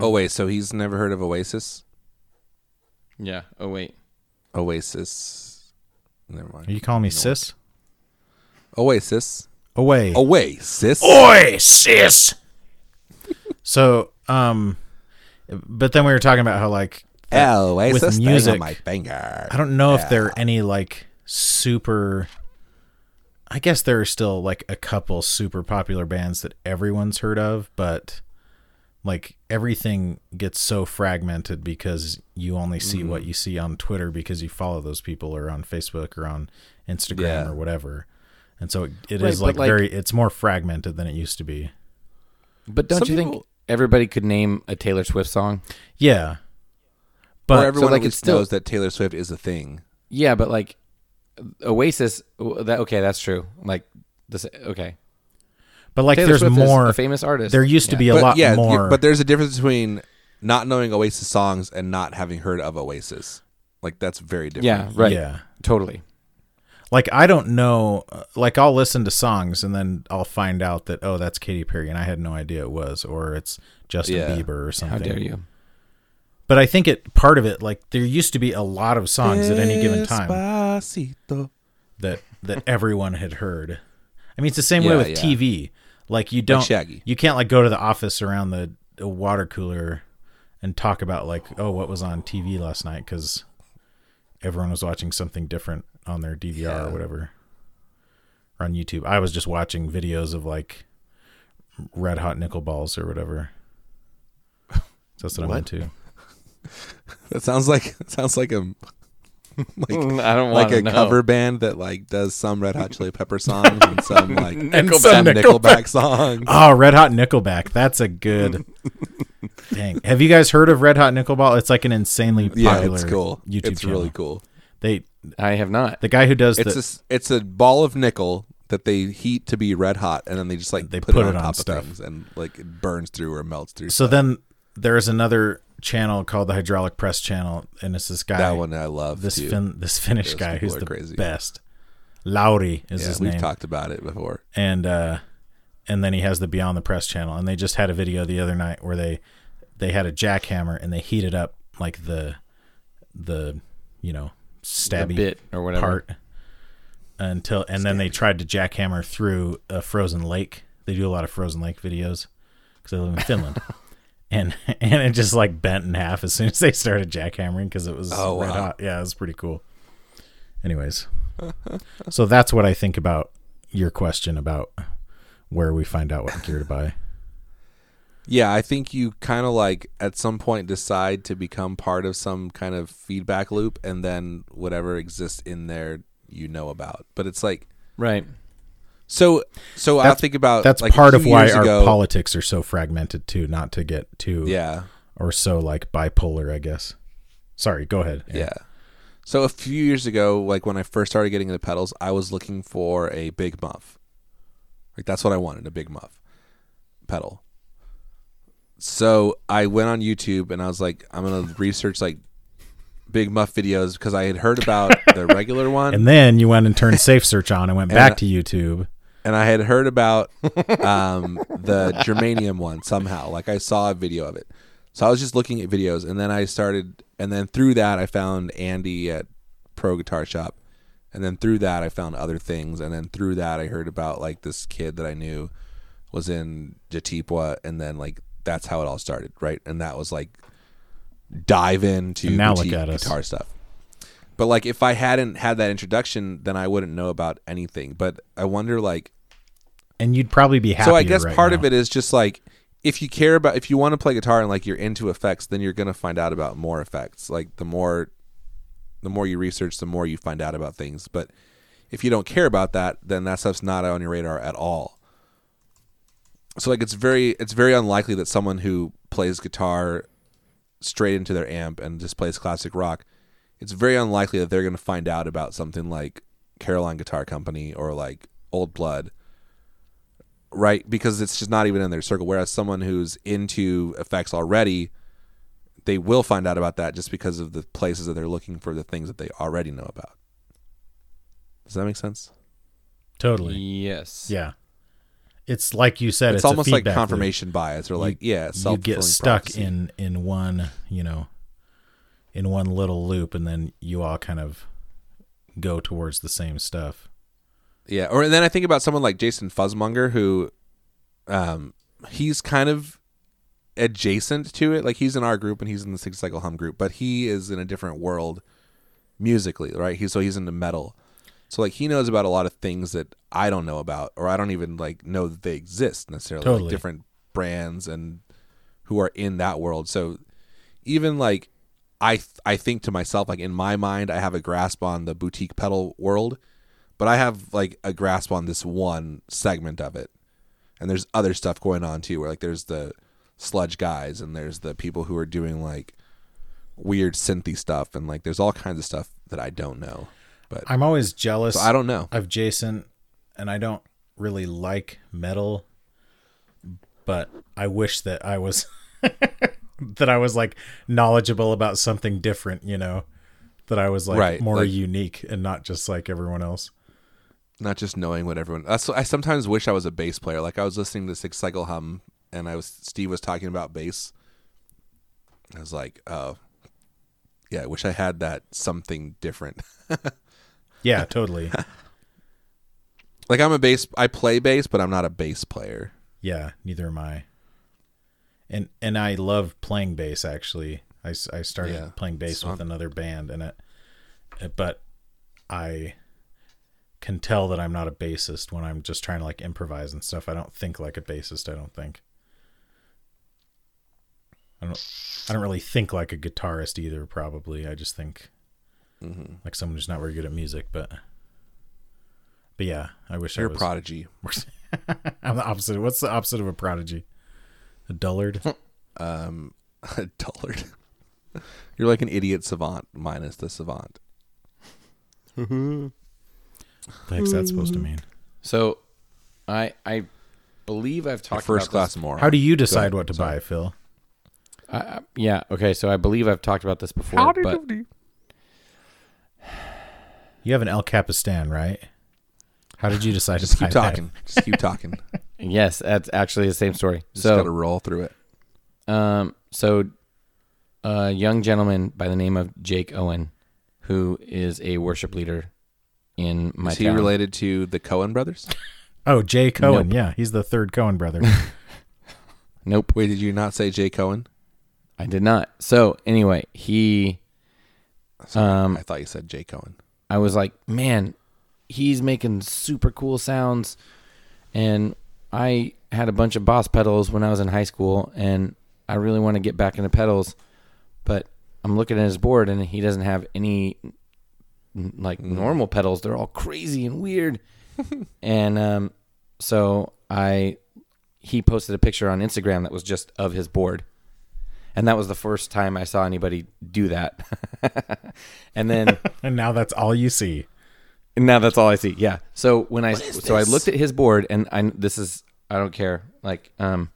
oh wait so he's never heard of oasis Yeah. Oh wait. oasis never mind Are you calling me sis? oasis Away. away sis Oasis. so, um, but then we were talking about how like oasis with thing music- on my finger I don't know if there are any like super. I guess there are still like a couple super popular bands that everyone's heard of, but like everything gets so fragmented because you only see Mm-hmm. what you see on Twitter because you follow those people or on Facebook or on Instagram Yeah. or whatever. And so it, it is Right, but, like, like- very, it's more fragmented than it used to be. But don't Some you think people- everybody could name a Taylor Swift song? Yeah. or But everyone so, like, at it's least still- knows that taylor swift is a thing Yeah, but like Oasis. w- That okay? That's true. Like this. Okay. But like, Taylor there's Swift is more. a famous artist. there used to Yeah. be a but lot yeah, you- more. but there's a difference between not knowing Oasis songs and not having heard of Oasis. Like that's very different. Yeah, right. Yeah. Totally. Like I don't know. uh, Like I'll listen to songs and then I'll find out that oh that's Katy Perry and I had no idea it was or it's Justin Yeah. Bieber or How something. dare you? But I think it part of it like there used to be a lot of songs at any given time Despacito. that that everyone had heard. I mean it's the same way Yeah, with yeah. TV. Like you don't Shaggy. you can't like go to the office around the, the water cooler and talk about like oh what was on TV last night cuz everyone was watching something different on their DVR or Yeah. whatever. Or on YouTube. I was just watching videos of like red hot nickel balls *laughs* or whatever. So that's what I'm What? into. That sounds like *laughs* that sounds like a like Mm, I don't like wanna a know. cover band that like does some Red Hot Chili Pepper songs and some *laughs* like And Nickelback. some Nickelback. Nickelback songs. *laughs* Oh, Red Hot Nickelback. That's a *laughs* good. Dang. Have you guys heard of Red Hot Nickelball? It's like an insanely Yeah, popular it's cool. YouTube it's channel. really cool. They I have not. the guy who does It's a the s- it's a ball of nickel that they heat to be red hot, and then they just like They put, put it it on on top stuff. of things, and like it burns through or melts through. so then there is another channel called the Hydraulic Press Channel, and it's this guy. that one I love. This too. fin this Finnish Those guy people who's are the crazy. best. Lauri is yeah, his we've name, talked about it before. and uh, and then he has the Beyond the Press Channel, and they just had a video the other night where they they had a jackhammer and they heated up like the the you know A stabby bit or whatever. part until and then they tried to jackhammer through a frozen lake. They do a lot of frozen lake videos because they live in *laughs* Finland, and and it just like bent in half as soon as they started jackhammering because it was Oh, red wow. hot. Yeah, it was pretty cool. Anyways, so that's what I think about your question about where we find out what gear *laughs* to buy. Yeah, I think you kind of like at some point decide to become part of some kind of feedback loop, and then whatever exists in there, you know about. But it's like Right. so. So I That's- think about That's like, part two of why years our ago- politics are so fragmented too. Not to get too Yeah, or so like bipolar, I guess. Sorry, go ahead. Aaron. Yeah. So a few years ago, like when I first started getting into pedals, I was looking for a big muff. Like that's what I wanted, a big muff pedal. So I went on YouTube and I was like, I'm gonna research like big muff videos because I had heard about the regular one And then you went *laughs* and turned Safe Search on and went back I- to YouTube. and I had heard about um, the germanium one somehow. Like I saw a video of it, so I was just looking at videos, and then I started, and then through that I found Andy at Pro Guitar Shop, and then through that I found other things, and then through that I heard about like this kid that I knew was in Jatipwa, and then like that's how it all started, right? And that was like dive into And now look boutique at us. guitar stuff. But like if I hadn't had that introduction, then I wouldn't know about anything. But I wonder like And you'd probably be happy. so I guess part of it is just like if you care about if you want to play guitar and like you're into effects, then you're gonna find out about more effects. Like the more the more you research, the more you find out about things. But if you don't care about that, then that stuff's not on your radar at all. So like it's very it's very unlikely that someone who plays guitar straight into their amp and just plays classic rock, it's very unlikely that they're gonna find out about something like Caroline Guitar Company or like Old Blood right? Because it's just not even in their circle. Whereas someone who's into effects already, they will find out about that just because of the places that they're looking for the things that they already know about. Does that make sense? totally. Yes. Yeah, it's like you said. It's, It's, a almost like feedback loop. confirmation bias, or like yeah, You self get stuck in in one, you know, in one little loop, and then you all kind of go towards the same stuff. Yeah, or and then I think about someone like Jason Fuzzmonger, who, um, he's kind of adjacent to it. Like he's in our group and he's in the Six Cycle Hum group, but he is in a different world musically, right? He's so he's into metal, so like he knows about a lot of things that I don't know about, or I don't even like know that they exist necessarily. like, Totally. different brands and who are in that world. So even like I th- I think to myself like in my mind I have a grasp on the boutique pedal world, but I have like a grasp on this one segment of it. And there's other stuff going on too where like there's the sludge guys and there's the people who are doing like weird synthy stuff and like there's all kinds of stuff that I don't know. But I'm always jealous so I don't know. of Jason, and I don't really like metal but I wish that I was *laughs* that I was like knowledgeable about something different, you know, that I was like Right, more like- unique and not just like everyone else. not just knowing what everyone. That's, I sometimes wish I was a bass player. Like I was listening to Six Cycle Hum, and I was Steve was talking about bass. I was like, oh, yeah, I wish I had that something different. *laughs* Yeah, totally. Like I'm a bass. I play bass, but I'm not a bass player. Yeah, neither am I. And and I love playing bass. Actually, I, s- I started Yeah. playing bass So- with another band, and it, it- but I can tell that I'm not a bassist when I'm just trying to like improvise and stuff. I don't think like a bassist. I don't think. I don't. I don't really think like a guitarist either. Probably, I just think Mm-hmm. like someone who's not very good at music. But, but yeah, I wish You're I a was. prodigy. I'm the opposite. What's the opposite of a prodigy? A dullard. a *laughs* dullard. You're like an idiot savant minus the savant. the heck's that supposed to mean? So, I I believe I've A talked first about class moron. How do you decide what to buy, Phil? This. I- I- yeah. Okay. So I believe I've talked about this before. but You have an El Capistan, right? How did you decide Just to buy keep that? talking. Just keep *laughs* talking. yes, that's actually the same story. Just so gotta roll through it. Um, so a young gentleman by the name of Jake Owen, who is a worship leader in my Is he town. related to the Cohen brothers? Oh, Jay Cohen. Nope. Yeah, he's the third Cohen brother. *laughs* nope, Wait, did you not say Jay Cohen? I did not. So anyway, he, um, Mm. I thought you said Jay Cohen. I was like, man, he's making super cool sounds, and I had a bunch of Boss pedals when I was in high school, and I really want to get back into pedals, but I'm looking at his board and he doesn't have any n- like normal pedals. They're all crazy and weird. and um, so I he posted a picture on Instagram that was just of his board. And that was the first time I saw anybody do that. *laughs* and then and now that's all you see. and now that's all I see. Yeah. So when I so I looked at his board and I this is I don't care. Like um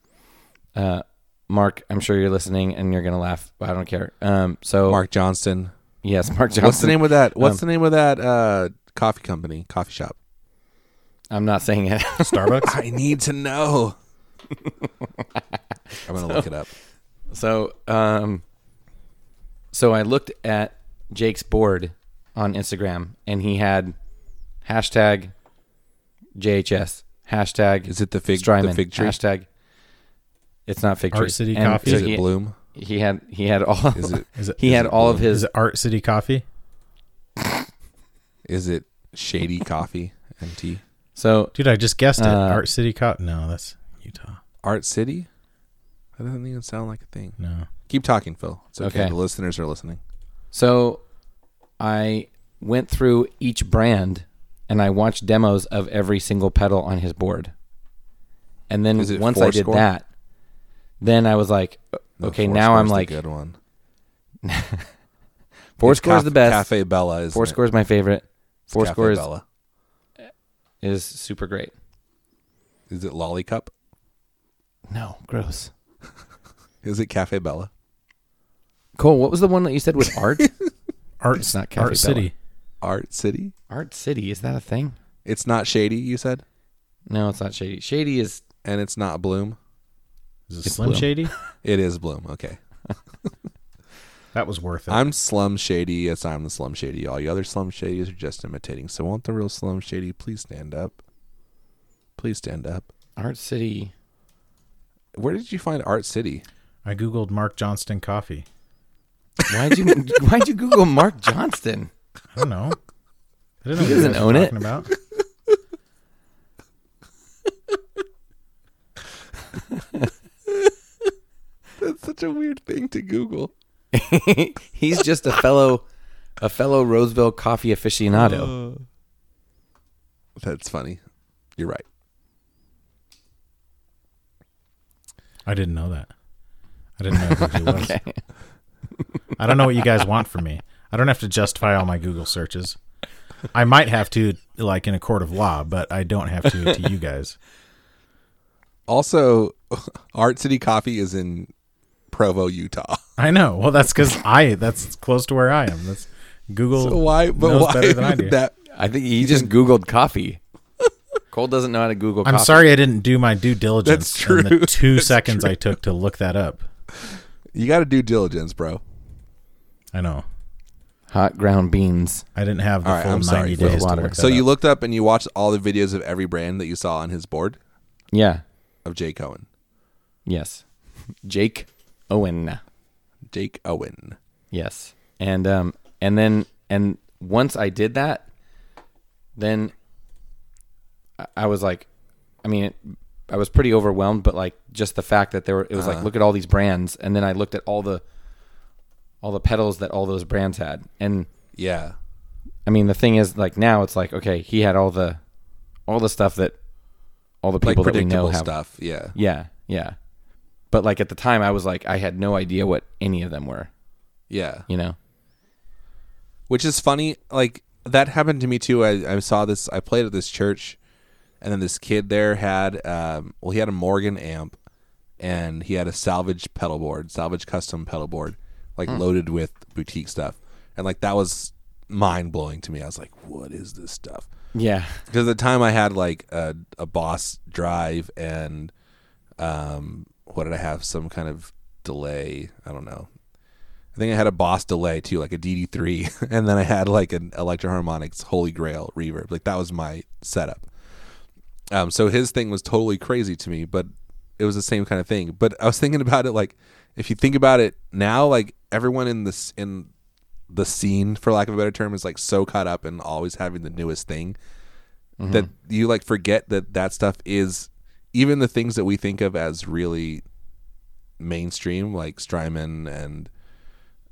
uh Mark, I'm sure you're listening and you're gonna laugh. but I don't care. Um so Mark Johnston. yes, Mark Johnson. What's the name of that? What's Um, the name of that uh, coffee company, coffee shop? I'm not saying it. *laughs* Starbucks. I need to know. I'm gonna look it up. So, um, so I looked at Jake's board on Instagram, and he had hashtag JHS, hashtag Is it the fig- Strymon, the fig Uh, tree? hashtag. It's not fig tree. Art City And Coffee? so Is it he, Bloom? He had he had all. Is it- Is it- *laughs* he is had it all of blue? his. Is it Art City Coffee? Is it Shady Coffee and Tea? so Dude, I just guessed it. Uh, Art City Coffee. No, that's Utah. Art City? That doesn't even sound like a thing. No. Keep talking, Phil. It's okay. Okay. The listeners are listening. So I went through each brand and I watched demos of every single pedal on his board. And then Is it once I did Fourscore? that, then I was like, No, okay, Four now Score's I'm the like, good one. four It's score is Caf- the best. Cafe Bella is four score is my favorite. Four Cafe score is, Bella. is super great. Is it Lollycup? No, gross. Is it Cafe Bella? Cole, what was the one that you said was art? Art, It's not Cafe Art City. Art City? art City, is that a thing? It's not Shady, you said, No, it's not Shady. Shady is and it's not Bloom. Is it Slim blue. *laughs* Shady? It is Bloom. Okay. That was worth it. I'm Slum Shady. Yes, I'm the Slum Shady. All you other Slum Shadys are just imitating. So, won't the real Slum Shady please stand up? Please stand up. Art City. Where did you find Art City? *laughs* I googled Mark Johnston Coffee. Why'd you why'd you Google Mark Johnston? I *laughs* don't know. I didn't know He what you doesn't guys were own it. talking About. That's such a weird thing to Google. He's just a fellow, a fellow Roseville coffee Uh. aficionado. That's funny. You're right. I didn't know that. I didn't know *laughs* who he was. I don't know what you guys want from me. I don't have to justify all my Google searches. I might have to, like in a court of law, but I don't have to to you guys. Also, *laughs* Art City Coffee is in Provo, Utah. *laughs* I know. Well, that's because I. That's close to where I am. That's Google. So why? But knows why better than I do. would that? I think he just Googled coffee. Cole doesn't know how to Google I'm coffee. sorry I didn't do my due diligence That's in true. *laughs* the two seconds I took to look that up. You got to do diligence, bro. I know. Hot ground beans. I didn't have the All right, full I'm 90 sorry for the days to water. look So that you up. looked up and you watched all the videos of every brand that you saw on his board Yeah. of Jay Cohen, Yes. Jake Owen. Jake Owen. Yes. And um and then and once I did that, then I- I was like I mean it, I was pretty overwhelmed, but like just the fact that there were it was Uh-huh. like look at all these brands and then I looked at all the all the pedals that all those brands had. And Yeah, I mean the thing is like now it's like okay, he had all the all the stuff that all the like people that we know predictable have stuff. Yeah, Yeah, yeah. But like at the time, I was like, I had no idea what any of them were. yeah. You know? which is funny. Like that happened to me too. I, I saw this. I played at this church, and then this kid there had um, well, he had a Morgan amp, and he had a salvage pedal board, salvage custom pedal board, like loaded with boutique stuff, and like that was mind blowing to me. I was like, what is this stuff? Yeah, Because at the time I had like a, a Boss drive and um, what did I have? Some kind of delay. I don't know. I think I had a Boss delay too, like a DD3, *laughs* and then I had like an Electro Harmonics Holy Grail reverb. Like that was my setup. Um, so his thing was totally crazy to me, but it was the same kind of thing. But I was thinking about it like if you think about it now, like everyone in this in the scene, for lack of a better term, is like so caught up in always having the newest thing that Mm-hmm. you like forget that that stuff is even the things that we think of as really mainstream like Strymon and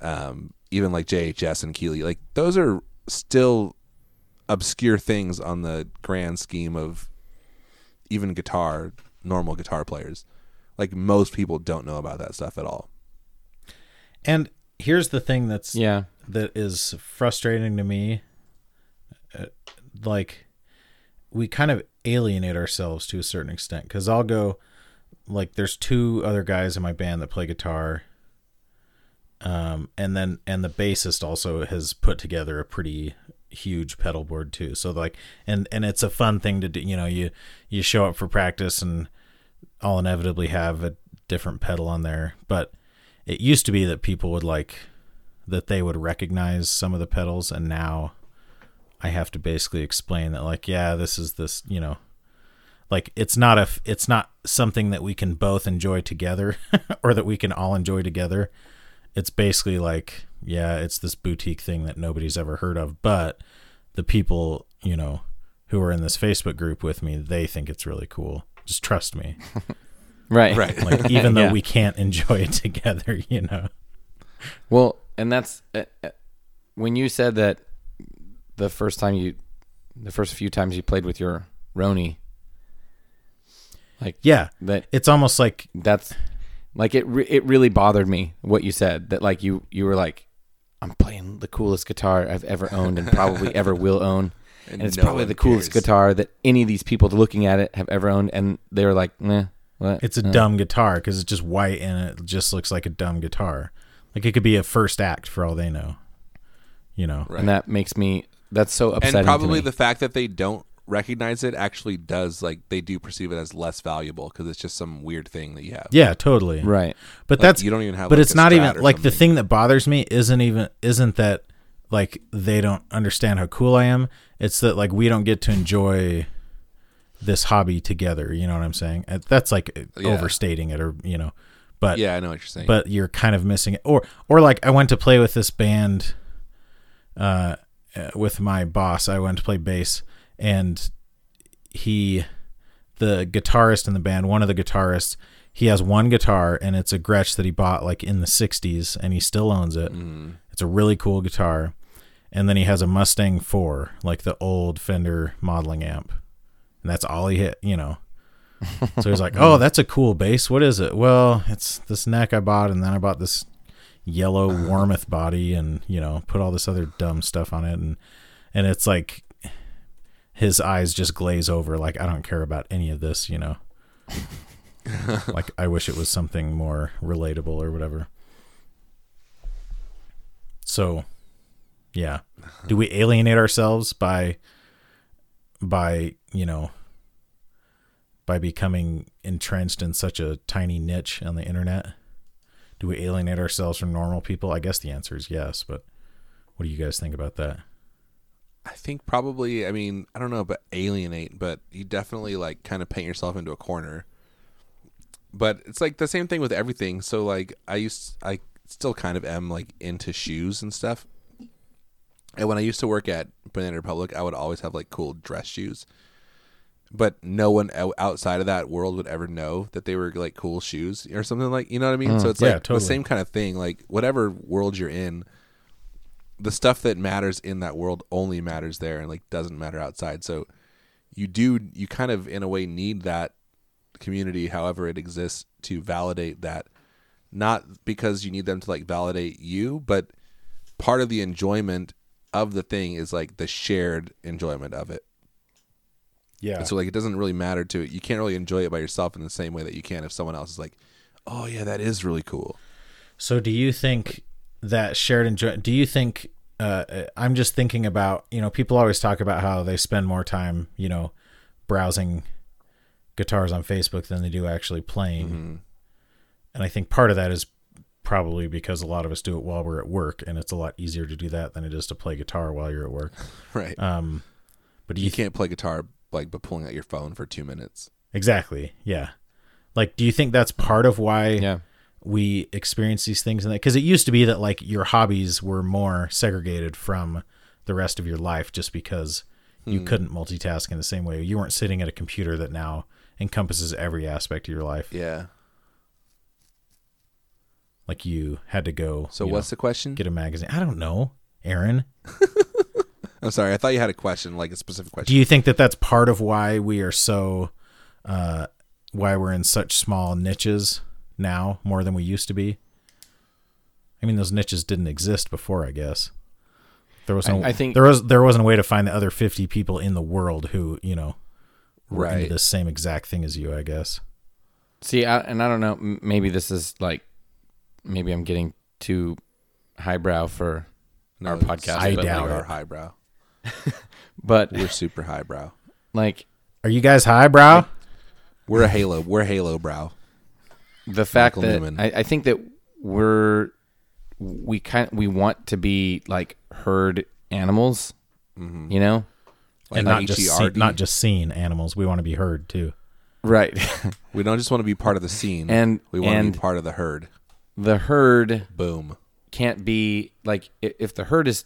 um, even like JHS and Keeley like those are still obscure things on the grand scheme of even guitar normal guitar players like most people don't know about that stuff at all and here's the thing that's yeah, that is frustrating to me uh, like we kind of alienate ourselves to a certain extent because i'll go like there's two other guys in my band that play guitar um and then and the bassist also has put together a pretty huge pedal board too so like and and it's a fun thing to do you know you you show up for practice and i'll inevitably have a different pedal on there but it used to be that people would like that they would recognize some of the pedals and now i have to basically explain that like yeah this is this you know like it's not a f- it's not something that we can both enjoy together *laughs* or that we can all enjoy together it's basically like yeah it's this boutique thing that nobody's ever heard of but the people you know who are in this facebook group with me they think it's really cool just trust me *laughs* right, like even though Yeah. we can't enjoy it *laughs* together you know Well, and that's uh, uh, when you said that the first time you, the first few times you played with your Roni, like yeah that it's almost like that's like it re- it really bothered me what you said that like you you were like I'm playing the coolest guitar I've ever owned and probably *laughs* ever will own and, it's no probably one the coolest cares. guitar that any of these people looking at it have ever owned and they were like nah what It's a dumb guitar because it's just white and it just looks like a dumb guitar. Like it could be a first act for all they know. You know, and that makes me that's so upsetting and probably to me. the fact that they don't recognize it actually does like they do perceive it as less valuable because it's just some weird thing that you have yeah, totally. right But that's you don't even have, But like, it's a not strat even or like the something. thing that bothers me isn't even isn't that like they don't understand how cool I am. It's that like we don't get to enjoy this hobby together. You know what I'm saying? Uh, That's like Yeah. overstating it, or you know, but yeah i know what you're saying but you're kind of missing it. Or or like I went to play with this band, uh, uh, with my boss. I went to play bass, and he, the guitarist in the band, one of the guitarists, he has one guitar, and it's a Gretsch that he bought like in the '60s, and he still owns it. It's a really cool guitar, and then he has a Mustang Four, like the old Fender modeling amp, and that's all he hit. You know. So he's like, "Oh, that's a cool bass. What is it?" Well, it's this neck I bought, and then I bought this yellow Warmoth body, and you know, put all this other dumb stuff on it, and and it's like his eyes just glaze over, like I don't care about any of this, you know. like I wish it was something more relatable or whatever. So, yeah. Do we alienate ourselves by by, you know, by becoming entrenched in such a tiny niche on the internet? Do we alienate ourselves from normal people? I guess the answer is yes, but what do you guys think about that? I think probably. I mean, I don't know about alienate, but you definitely like kind of paint yourself into a corner. But it's like the same thing with everything. So like I used, I still kind of am like into shoes and stuff. And when I used to work at Banana Republic, I would always have like cool dress shoes. But no one o- outside of that world would ever know that they were like cool shoes or something like you know what I mean. so it's Mm, yeah, like totally. the same kind of thing. Like whatever world you're in, the stuff that matters in that world only matters there and like doesn't matter outside. So you do you kind of in a way need that community however it exists to validate that not because you need them to like validate you, but part of the enjoyment of the thing is like the shared enjoyment of it. Yeah. And so like it doesn't really matter to you can't really enjoy it by yourself in the same way that you can if someone else is like, "Oh yeah, that is really cool." *laughs* So do you think that shared enjoy? Do you think? Uh, I'm just thinking about you know people always talk about how they spend more time you know browsing guitars on Facebook than they do actually playing, Mm-hmm. and I think part of that is probably because a lot of us do it while we're at work, and it's a lot easier to do that than it is to play guitar while you're at work. Right. Um, but do you you can't play guitar like but pulling out your phone for 2 minutes. exactly? Yeah. Like, do you think that's part of why? Yeah. we experience these things and that because it used to be that like your hobbies were more segregated from the rest of your life just because Hmm. you couldn't multitask in the same way you weren't sitting at a computer that now encompasses every aspect of your life Yeah. like you had to go So you what's the question? know, get a magazine i don't know aaron I'm sorry. I thought you had a question, like a specific question. do you think that that's part of why we are so uh why we're in such small niches now more than we used to be i mean those niches didn't exist before i guess there was no I- I think- there was there wasn't a way to find the other 50 people in the world who you know were into Right. the same exact thing as you i guess See, I, and I don't know. m- Maybe this is like, maybe I'm getting too highbrow for our it's- podcast. I but, doubt we like, are highbrow. but We're super highbrow. like are you guys highbrow We're a halo. We're halo brow. the fact Michael that Newman. I, I think that we're we kind we want to be like herd animals, you know, Like E and not E just see, HERD. not just seen animals we want to be heard too right? We don't just want to be part of the scene, And- we want to and- be part of the herd. *laughs* the herd Boom. can't be like i- if the herd is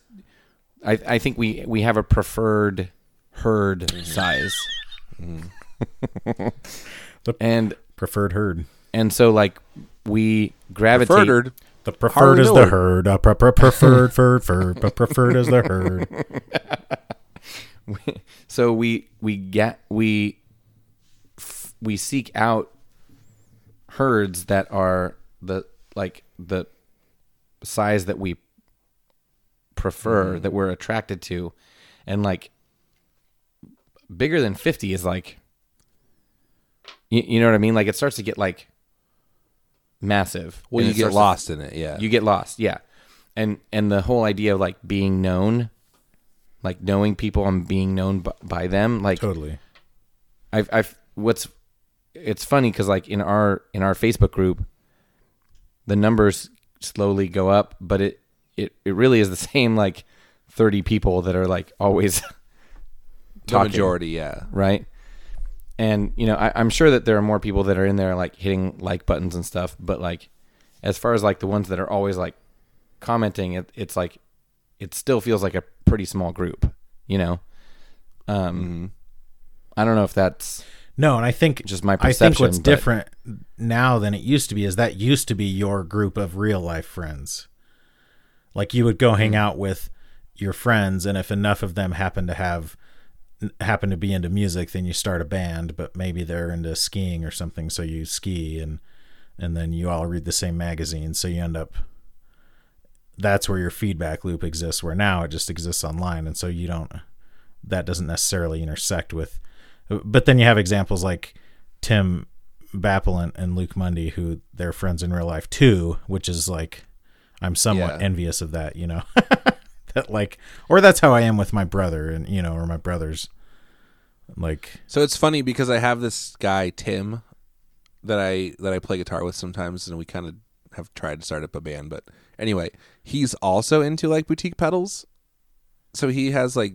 I, I think we we have a preferred herd size *laughs* The- and preferred herd and so like we gravitate Preferred. the preferred is the Miller. herd uh, pre- pre- preferred *laughs* fur, fur, pre- preferred is the herd so we we get we f- we seek out herds that are the like the size that we Mm-hmm. prefer that we're attracted to and like bigger than 50 is like you, you know what i mean like it starts to get like massive Well, And you it get starts to- lost in it. Yeah. you get lost yeah and and the whole idea of like being known like knowing people and being known b- by them like totally i've i've what's it's funny because like in our in our facebook group the numbers slowly go up but it it, it really is the *laughs* same like 30 people that are like always the talking. majority. Yeah. right and you know I, i'm sure that there are more people that are in there like hitting like buttons and stuff but like as far as like the ones that are always like commenting it, it's like it still feels like a pretty small group you know um Mm-hmm. i don't know if that's No, and I think Just my I think what's perception, but- different now than it used to be is that used to be your group of real life friends. Like you would Hmm. go hang out with your friends, and if enough of them happen to have happen to be into music, then you start a band. But maybe they're into skiing or something, so you ski, and and then you all read the same magazine, so you end up. That's where your feedback loop exists. Where now it just exists online, and so you don't that doesn't necessarily intersect with but then you have examples like tim Bappelant and Luke Mundy, who they're friends in real life too, which is like, I'm somewhat Yeah. envious of that, you know. *laughs* that like, or that's how I am with my brother, and you know, or my brothers. Like, So it's funny because I have this guy Tim that I that I play guitar with sometimes, and we kind of have tried to start up a band. But anyway, he's also into like boutique pedals, so he has like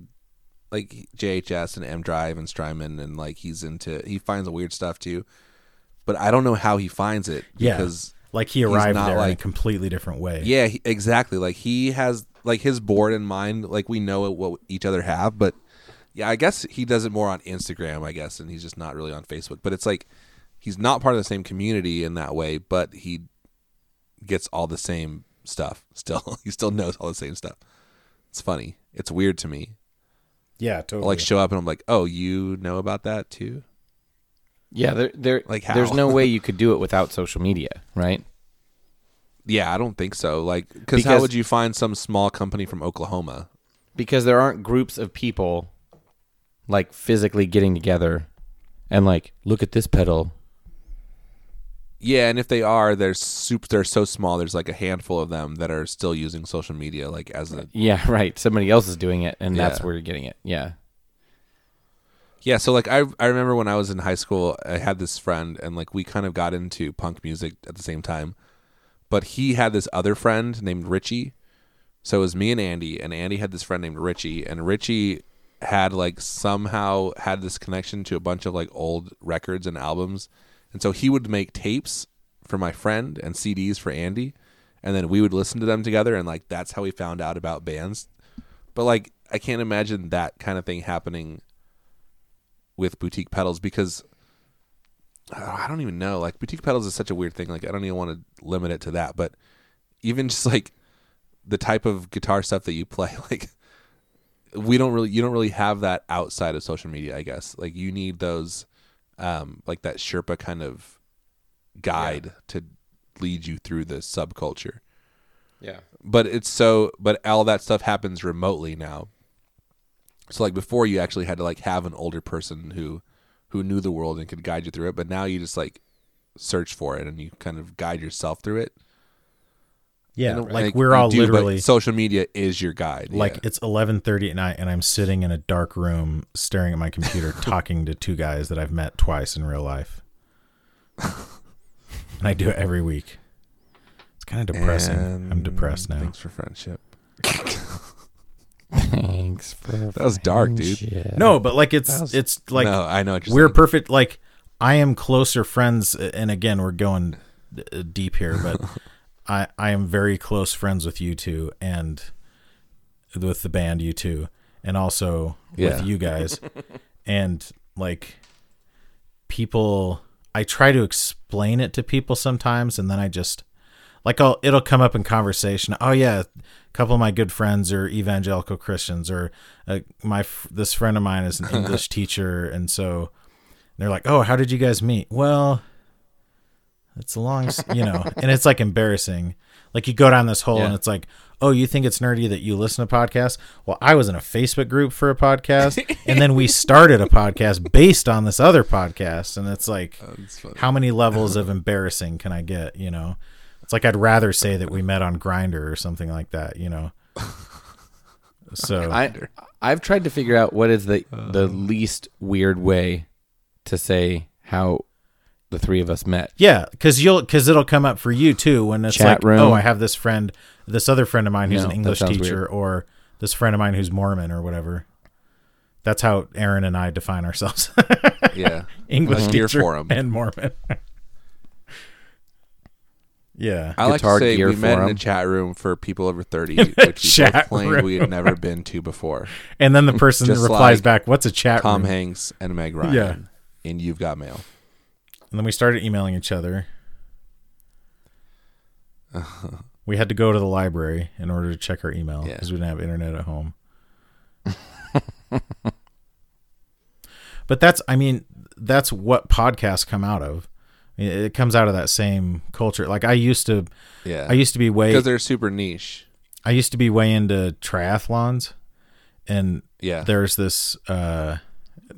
like JHS and M Drive and Strymon, and like he's into he finds the weird stuff too. But I don't know how he finds it Yeah. because like he arrived not there in a like- completely different way. yeah, he, exactly. Like he has like his board in mind. Like we know what each other have, but yeah, I guess he does it more on Instagram. I guess, and he's just not really on Facebook. But it's like he's not part of the same community in that way, but he gets all the same stuff. *laughs* Still, he still knows all the same stuff. It's funny. It's weird to me. yeah, I'll, totally. like show up and I'm like, oh, you know about that too? Yeah, there, there, Like how? *laughs* there's no way you could do it without social media, right? Yeah, I don't think so. Like, because how Because- would you find some small company from Oklahoma? Because there aren't groups of people like physically getting together and like, look at this pedal. Yeah, and if they are, they're super. They're so small. There's like a handful of them that are still using social media, like as a Yeah, right. Somebody else is doing it, and that's Yeah. where you're getting it. Yeah, yeah. So like I I remember when I was in high school, I had this friend, and like we kind of got into punk music at the same time, but he had this other friend named Richie. So it was me and Andy, and Andy had this friend named Richie, and Richie had like somehow had this connection to a bunch of like old records and albums, and so he would make tapes for my friend and CDs for Andy, and then we would listen to them together, and like that's how we found out about bands. But like I can't imagine that kind of thing happening with boutique pedals because oh, I don't even know. Like boutique pedals is such a weird thing. Like I don't even want to limit it to that, but even *laughs* just like the type of guitar stuff that you play *laughs* like we don't really you don't really have that outside of social media i guess like you need those um like that sherpa kind of guide to lead you through the subculture yeah. but it's so but all that stuff happens remotely now so like before you actually had to like have an older person who who knew the world and could guide you through it but now you just like search for it and you kind of guide yourself through it yeah, in a- like, we're you all do, but literally social media is your guide. like yeah. it's 11:30 at night and I'm sitting in a dark room staring at *laughs* my computer talking to two guys that I've met twice in real life. and I do it every week. It's kind of depressing. I'm And depressed now. Thanks for friendship. Thanks for That was dark, dude. friendship. No, but like it's was- it's like no, I know. What you're we're *laughs* saying. perfect like I am closer friends and again we're going uh, deep here *laughs* but I I am very close friends with you two and with the band you two and also Yeah. with *laughs* you guys and like people I try to explain it to people sometimes and then I just like I'll it'll come up in conversation. Oh yeah, a couple of my good friends are evangelical Christians, or uh, my f- this friend of mine is an *laughs* English teacher, and so they're like, oh, how did you guys meet? Well, it's a long, s- you know, and it's like embarrassing. Like you go down this hole, and Yeah. it's like, oh, you think it's nerdy that you listen to podcasts? Well, I was in a Facebook group for a podcast, and then we started a podcast based on this other podcast, and it's like, That's funny. how many levels of embarrassing can I get? You know, it's like I'd rather say that we met on Grinder or something like that. You know, so I I've tried to figure out what is the Uh. the least weird way to say how the three of us met. yeah, because you'll because it'll come up for you too when it's Chat like, room. oh, I have this friend, this other friend of mine who's No, an that English sounds teacher, or this friend of mine who's Mormon or whatever. That's how Aaron and I define ourselves: *laughs* yeah, English Like, gear teacher forum. and Mormon. *laughs* yeah, I like to Guitar say Gear we met in a Forum. chat room for people over *laughs* thirty, which we both Chat claimed room. we had never been to *laughs* before. *laughs* and then the person Just replies like back, "What's a chat Tom room?" Hanks and Meg Ryan. Yeah. and you've got mail. And then we started emailing *laughs* each other. we had to go to the library in order to check our email Yeah. because we didn't have internet at home. *laughs* but that's, I mean, that's what podcasts come out of. I mean, It comes out of that same culture. Like I used to, Yeah, I used to be way, because they're super niche. I used to be way into triathlons, and Yeah, there's this uh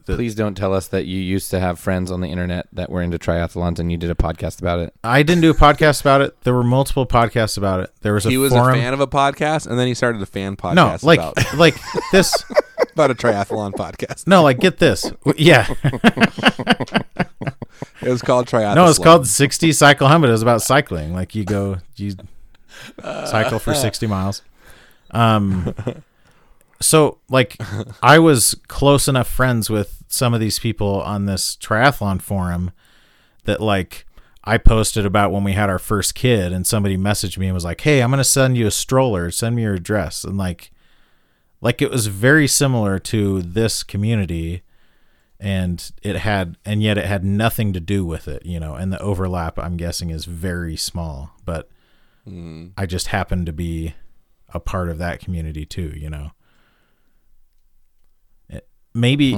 The- Please don't tell us that you used to have friends on the internet that were into triathlons and you did a podcast about it. I didn't do a podcast about it. There were multiple podcasts about it. There was a he was forum. a fan of a podcast, and then he started a fan podcast no, like about, *laughs* *laughs* like this. about a triathlon podcast. No, like *laughs* get this. W- Yeah, It was called Triathlon. no, it's called sixty cycle helmet. It was about cycling. Like you go, you cycle for sixty miles. *laughs* Um, so like I was close enough friends with some of these people on this triathlon forum that like I posted about when we had our first kid, and somebody messaged me and was like, "Hey, I'm gonna send you a stroller. Send me your address." And like, like it was very similar to this community, and it had, and yet it had nothing to do with it, you know. And the overlap, I'm guessing, is very small. But I just happened to be a part of that community too, you know. It- Maybe,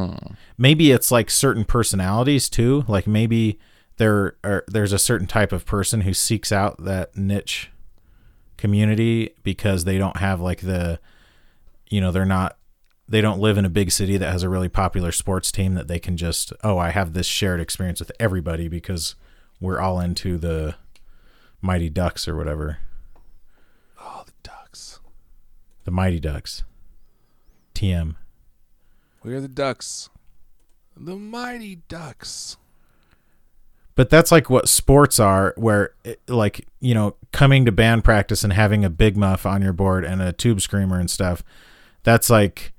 maybe it's like certain personalities too. Like maybe there are there's a certain type of person who seeks out that niche community because they don't have like the you know they're not they don't live in a big city that has a really popular sports team that they can just oh i have this shared experience with everybody because we're all into the mighty ducks or whatever Oh, the Ducks. the mighty ducks tm We are the Ducks. The mighty Ducks. but that's like what sports are where it, like you know coming to band practice and having a big muff on your board and a tube screamer and stuff that's like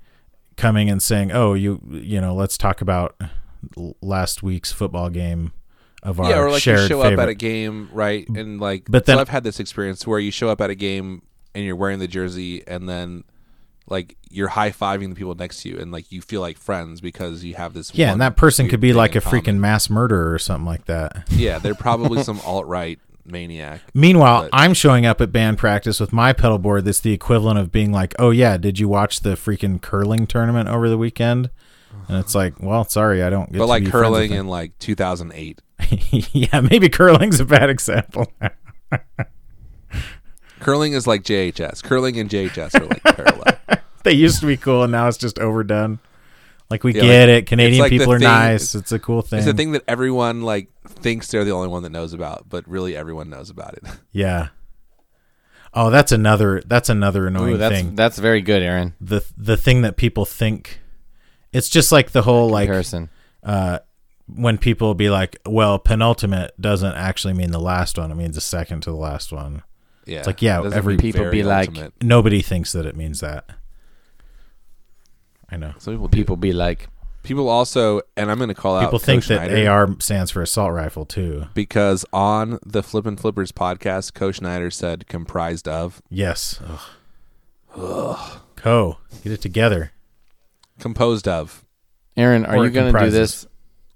coming and saying oh you you know let's talk about l- last week's football game of our yeah, or like you shared show favorite. up at a game, right? And like, But but then then- I've had this experience where you show up at a game and you're wearing the jersey, and then like you're high fiving the people next to you, and like you feel like friends because you have this. yeah one and that person weird could be thing like in a freaking common. mass murderer or something like that Yeah, they're *laughs* probably some alt right maniac. Meanwhile, But- I'm showing up at band practice with my pedal board that's the equivalent of being like, "Oh yeah, did you watch the freaking curling tournament over the weekend?" And it's like, "Well, sorry, I don't get But to like be friends curling with in like 2008, them." *laughs* yeah, maybe curling's a bad example. *laughs* curling is like JHS. Curling and JHS are like *laughs* parallel. they used to be cool and now it's just overdone. Like we Yeah, get like, it. Canadian like the people are thing- nice. It's a cool thing. It's a thing that everyone like thinks they're the only one that knows about, but really everyone knows about it. *laughs* Yeah. Oh, that's another that's another annoying Ooh, that's thing. that's very good, Aaron. The the thing that people think it's just like the whole like Harrison. uh, when people be like, "Well, penultimate doesn't actually mean the last one; it means the second to the last one." Yeah, like, yeah, Doesn't every- mean People very be like- ultimate. Nobody thinks that it means that. I know Some people do. People be like, People also, and I'm going to call people out think Coach that Snyder AR stands for assault rifle too. because on the Flippin' Flippers podcast, Coach Snyder said comprised of, Yes. Ugh. Co, get it together. composed of, Aaron, are Or you going to do comprises. this?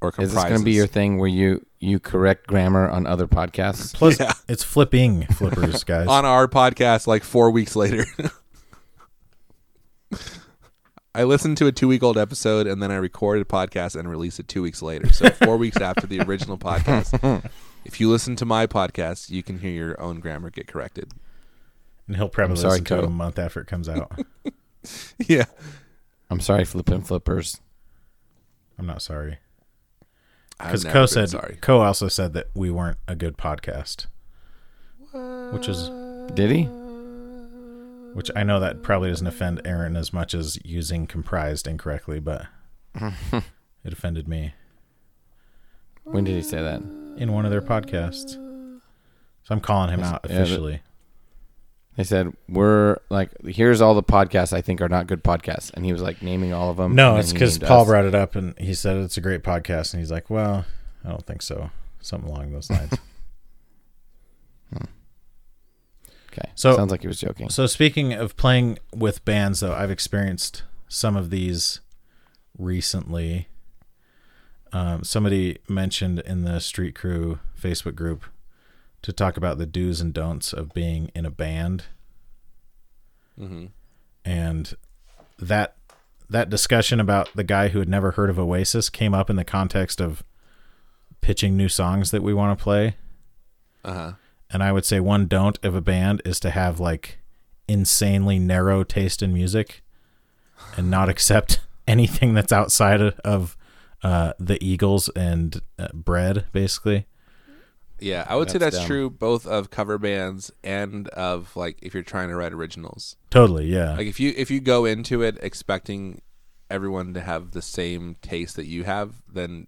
or Is comprises. this going to be your thing where you you correct grammar on other podcasts? Plus, Yeah. it's flipping flippers, guys. on our podcast like four weeks later? *laughs* I listened to a two week old episode and then I recorded a podcast and released it two weeks later. So, four weeks after the original podcast. If you listen to my podcast, you can hear your own grammar get corrected. and he'll probably I'm sorry, listen to it Co. a month after it comes out. Yeah. I'm sorry, flippin' flippers. I'm not sorry I've because never Co been said sorry. Co also said that we weren't a good podcast, which is Did he? which I know that probably doesn't offend Aaron as much as using comprised *laughs* incorrectly, but it offended me When did he say that? in one of their podcasts. So I'm calling him out yeah, that- officially. They said we're like, here's all the podcasts I think are not good podcasts, and he was like naming all of them. No, and then it's he because named Paul us. brought it up and he said it's a great podcast, and he's like, "Well, I don't think so." Something along those lines. Okay, So- sounds like he was joking. so speaking of playing with bands, though, I've experienced some of these recently. Um, somebody mentioned in the Street Crew Facebook group to talk about the do's and don'ts of being in a band. hmm and that that discussion about the guy who had never heard of Oasis came up in the context of pitching new songs that we want to play. Uh huh. And I would say one don't of a band is to have like insanely *laughs* narrow taste in music and not accept anything that's outside of- of uh, the Eagles and uh, bread, basically. Yeah, I would say That's that's dumb. true both of cover bands and of like if you're trying to write originals. Totally, yeah. Like if you if you go into it expecting everyone to have the same taste that you have, then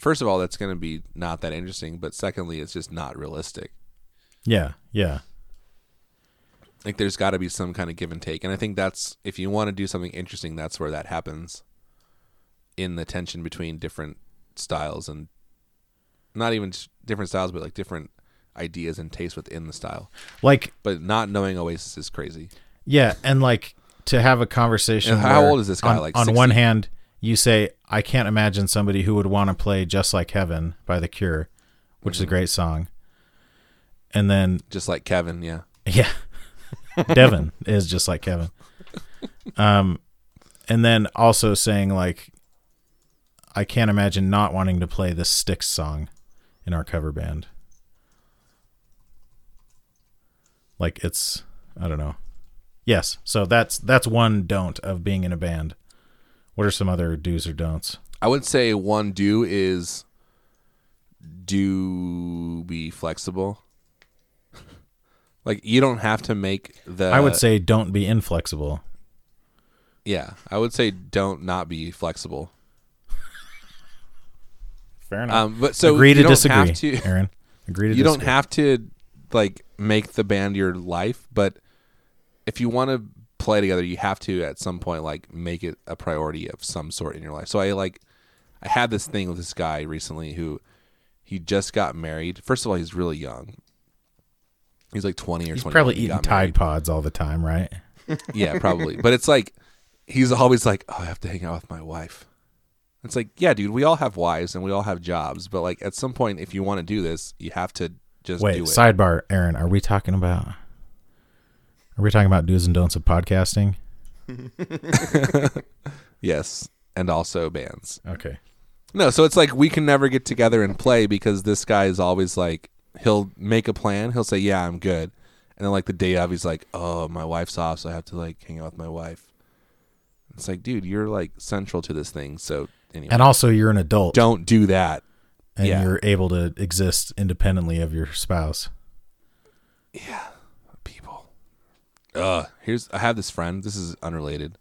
first of all, that's going to be not that interesting. But secondly, it's just not realistic. yeah, yeah. Like there's got to be some kind of give and take, and I think that's if you want to do something interesting, that's where that happens. In the tension between different styles and not even s- different styles, but like different ideas and tastes within the style. Like, But not knowing Oasis is crazy. yeah, and like to have a conversation. And Uh, how where old is this guy? On, Like on 60? one hand, you say, I can't imagine somebody who would want to play Just Like Heaven by The Cure, which is Mm-hmm. a great song. And then Just like Kevin, yeah. Yeah. Devin is just like Kevin. Um and then also saying like I can't imagine not wanting to play this Styx song in our cover band. Like it's I don't know. Yes, so that's that's one don't of being in a band. What are some other do's or don'ts? I would say one do is do be flexible. *laughs* like you don't have to make the I would say don't be inflexible. yeah, I would say don't not be flexible. Fair enough. Um but so Agree you to don't disagree, have to Aaron. Agree to you disagree. don't have to like make the band your life, but if you want to play together, you have to at some point like make it a priority of some sort in your life. So I like I had this thing with this guy recently who he just got married. First of all, he's really young. He's like 20 or He's 20. probably eating Tide Pods all the time, right? Yeah, probably. but it's like he's always like, "Oh, I have to hang out with my wife." It's like, "Yeah, dude, we all have wives and we all have jobs, but like at some point if you want to do this, you have to just Wait, do it." sidebar, Aaron, are we talking about are we talking about do's and don'ts of podcasting? Yes, and also bands. Okay. No, so it's like we can never get together and play because this guy is always like he'll make a plan. He'll say, "Yeah, I'm good," and then like the day of, he's like, "Oh, my wife's off, so I have to like hang out with my wife." It's like, dude, you're like central to this thing. So anyway, And also you're an adult don't do that. and yeah. you're able to exist independently of your spouse. people. Uh, here's I have this friend. This is unrelated.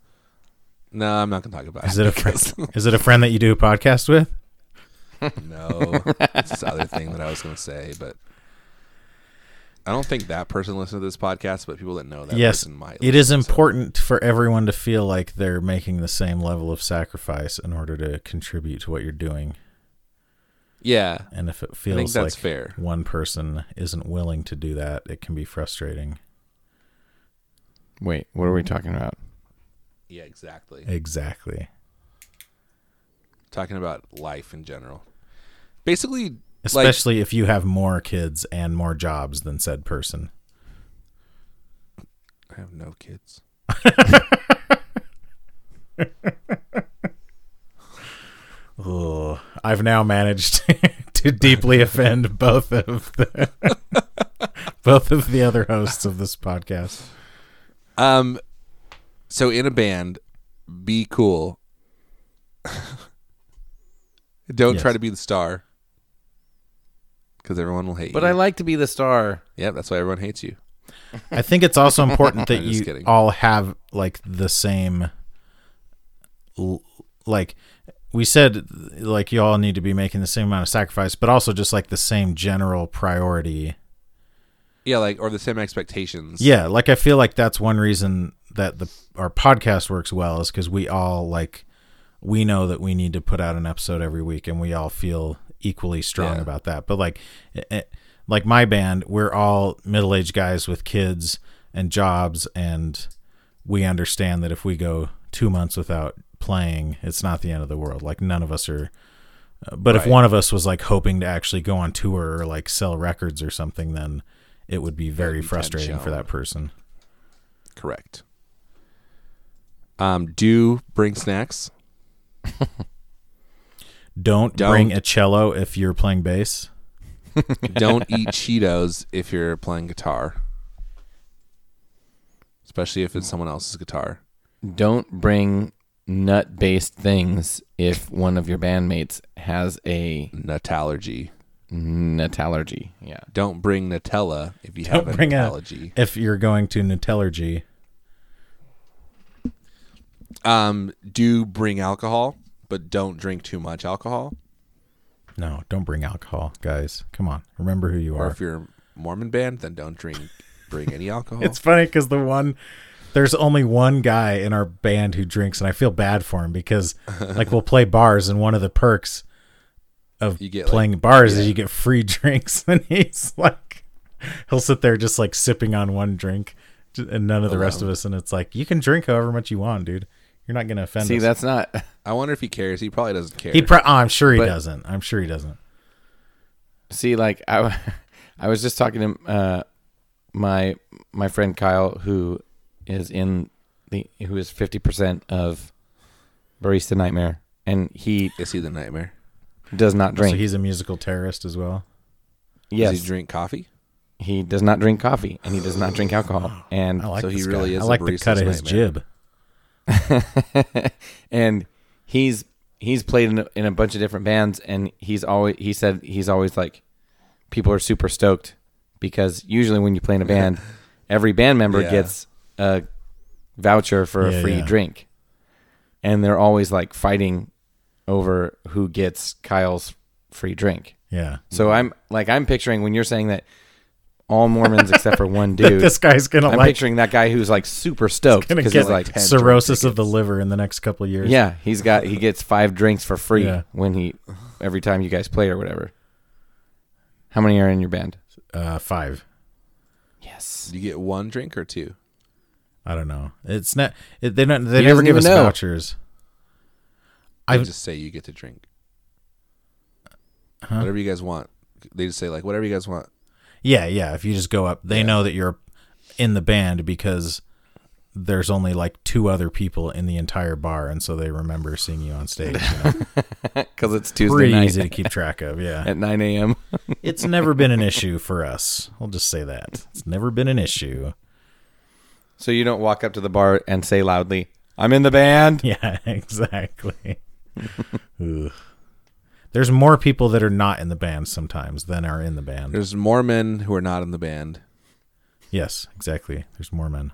No, I'm not gonna talk about Is it *laughs* a friend is it a friend that you do a podcast with? No, it's this other thing that I was going to say, but I don't think that person listened to this podcast. But people that know that yes. person might. It listen, is so- important for everyone to feel like they're making the same level of sacrifice in order to contribute to what you're doing. Yeah, And if it feels that's like fair. one person isn't willing to do that, it can be frustrating. Wait, what are we talking about? yeah, exactly. Exactly. Talking about life in general, basically, like especially if you have more kids and more jobs than said person. I have no kids. Ugh. I've now managed *laughs* to deeply offend both of the *laughs* both of the other hosts of this podcast. Um, so in a band, be cool. *laughs* don't Yes. try to be the star, because everyone will hate But you. I like to be the star. yeah, that's why everyone hates you. I think it's also important that I'm *laughs* just you kidding. all have like the same l- like we said like you all need to be making the same amount of sacrifice but also just like the same general priority Yeah, like or the same expectations. Yeah, like I feel like that's one reason that the our podcast works well is because we all like we know that we need to put out an episode every week, and we all feel equally strong Yeah. about that. But like, it, it- like my band, we're all middle aged guys with kids and jobs, and we understand that if we go two months without playing, it's not the end of the world. Like none of us are. But if Right. one of us was like hoping to actually go on tour or like sell records or something, then it would be very be frustrating for tension. that person. Correct. Um, do bring snacks. Don't, Don't. bring a cello if you're playing bass. *laughs* Don't eat Cheetos if you're playing guitar, especially if it's someone else's guitar. Don't bring nut based things if one of your bandmates has a Nut allergy. nut allergy. Yeah. Don't bring Nutella if you Don't have bring an a- allergy. If you're going to Nutellergy, Um, do bring alcohol, but don't drink too much alcohol. no, don't bring alcohol, guys. Come on, remember who you Or are. if you're a Mormon band, then don't drink bring any alcohol. It's funny because the one there's only one guy in our band who drinks, and I feel bad for him because like we'll play bars, and one of the perks of You get, like- playing bars is yeah. you get free *laughs* drinks, and he's like, he'll sit there just like sipping on one drink, j- and none of the rest of us, and it's like you can drink however much you want, dude. You're not gonna offend See, us. that's not. I wonder if he cares. He probably doesn't care. he. Pro- oh, I'm sure he But- doesn't. I'm sure he doesn't. See, like I, *laughs* I was just talking to uh, my my friend Kyle, who is in the who is fifty percent of barista nightmare, and he Is he the nightmare? does not So drink. he's a musical terrorist as well. yes, Does he drink coffee? he does not drink coffee, and he does not drink alcohol, and I like so he this guy. really is I a like the barista's cut of his nightmare. jib. *laughs* and he's he's played in a, in a bunch of different bands and he's always he said he's always like people are super stoked because usually when you play in a band *laughs* every band member Yeah. gets a voucher for Yeah, a free yeah. drink and they're always like fighting over who gets Kyle's free drink Yeah. so i'm like i'm picturing when you're saying that all mormons except *laughs* for one dude This guy's gonna i'm like picturing that guy who's like super stoked gonna because get he's like cirrhosis of the liver in the next couple of years. Yeah, he's got he gets five drinks for free Yeah. when he every time you guys play or whatever. How many are in your band? uh, five. Yes. *laughs* You get one drink or two. I don't know. It's not. It, they don't. They He never doesn't give even us know. vouchers. They I've- just say you get to drink. Whatever you guys want. They just say like whatever you guys want. Yeah, yeah. If you just go up, they know that you're in the band because there's only like two other people in the entire bar, and so they remember seeing you on stage. *laughs* You know? Because it's Tuesday Pretty night *laughs* easy to keep track of. Yeah, at nine AM. it's never been an issue for us. I'll just say that it's never been an issue. *laughs* So you don't walk up to the bar and say loudly, I'm in the band. Yeah, exactly. Ugh. There's more people that are not in the band sometimes than are in the band. There's Mormon who are not in the band. Yes, exactly. There's more men.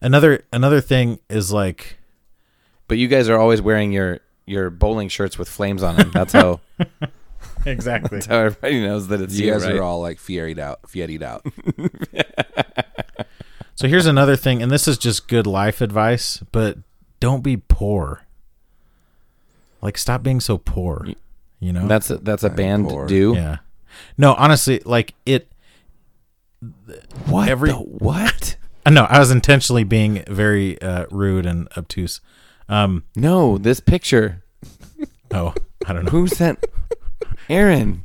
Another another thing is like But you guys are always wearing your your bowling shirts with flames on *laughs* them. That's how, exactly. that's how everybody knows that it's You you. guys right? are all like fieried out, fieried out. so here's another thing, and this is just good life advice, but don't be poor. Like stop being so poor. You know. that's a, that's a band poor. do. yeah. No, honestly, like it. *laughs* What every What? I know Uh, I was intentionally being very uh, rude and obtuse. Um. No, this picture. Oh, I don't know. Who sent Aaron?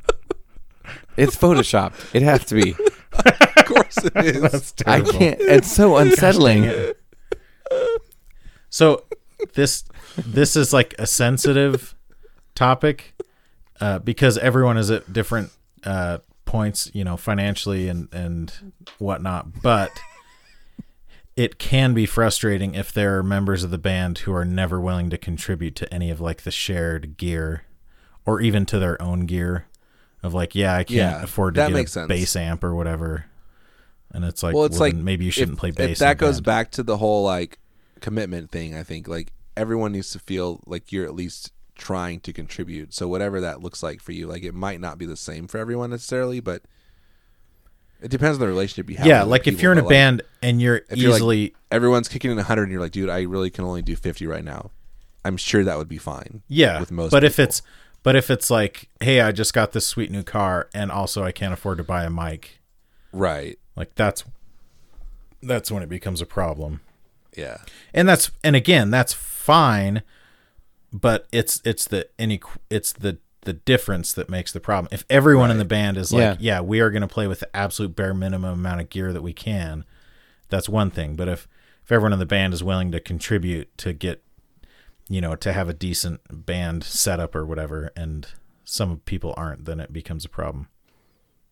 It's photoshopped. It has to be. of course it is. I can't. It's so unsettling. So this this is like a sensitive topic uh, because everyone is at different uh, points, you know, financially and and whatnot. But it can be frustrating if there are members of the band who are never willing to contribute to any of like the shared gear or even to their own gear. Of like, yeah, I can't Yeah, afford to that get makes a sense. bass amp or whatever. And it's like, Well, it's like then maybe you if- shouldn't play bass. If in that a goes band. back to the whole like commitment thing, I think like everyone needs to feel like you're at least trying to contribute. So whatever that looks like for you, like it might not be the same for everyone necessarily, but it depends on the relationship you have. yeah with like if people, you're in a but, like, band and you're if you're, like, easily everyone's kicking in 100 and you're like, dude, I really can only do 50 right now. I'm sure that would be fine. yeah with most but if people. it's but if it's like hey i just got this sweet new car and also i can't afford to buy a mic Right. like that's that's when it becomes a problem Yeah. and that's and again that's fine but it's it's the any it's the the difference that makes the problem if everyone in the band is like yeah, Yeah. we are going to play with the absolute bare minimum amount of gear that we can that's one thing but if if everyone in the band is willing to contribute to get you know to have a decent band setup or whatever and some people aren't then it becomes a problem *laughs*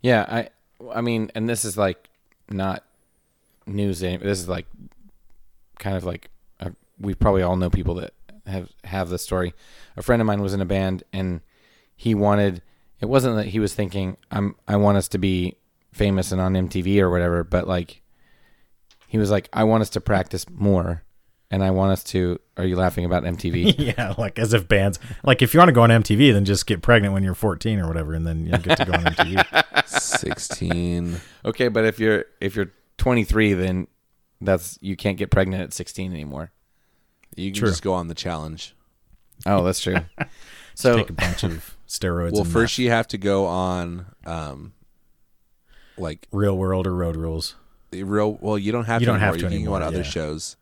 Yeah, I I mean, and this is like not news. Any, this is like kind of like a we probably all know people that have have this story. A friend of mine was in a band and he wanted it wasn't that he was thinking I'm I want us to be famous and on MTV or whatever, but like he was like I want us to practice more and I want us to are you laughing about *laughs* MTV? yeah, like as if bands like if you want to go on MTV, then just get pregnant when you're 14 or whatever, and then you'll get to go on MTV. 16. okay, but if you're if you're 23 then that's you can't get pregnant at 16 anymore. You can True. just go on the challenge. Oh, *laughs* that's true. So Take a bunch of steroids. well, and first you have to go on, um, like that. real world or road rules. the real. Well, you don't have You to don't have anymore. to you can go on anymore, other yeah. shows.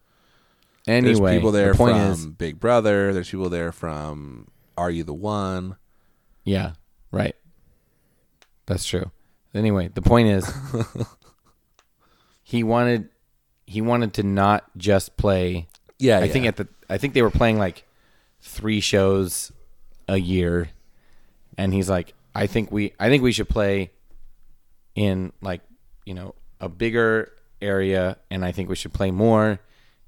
anyway, there's people there the point from is Big Brother. There's people there from Are You the One? Yeah, right. That's true. Anyway, the point is *laughs* he wanted he wanted to not just play Yeah, I think at the I think they were playing like three shows a year and he's like I think we I think we should play in like, you know, a bigger area and I think we should play more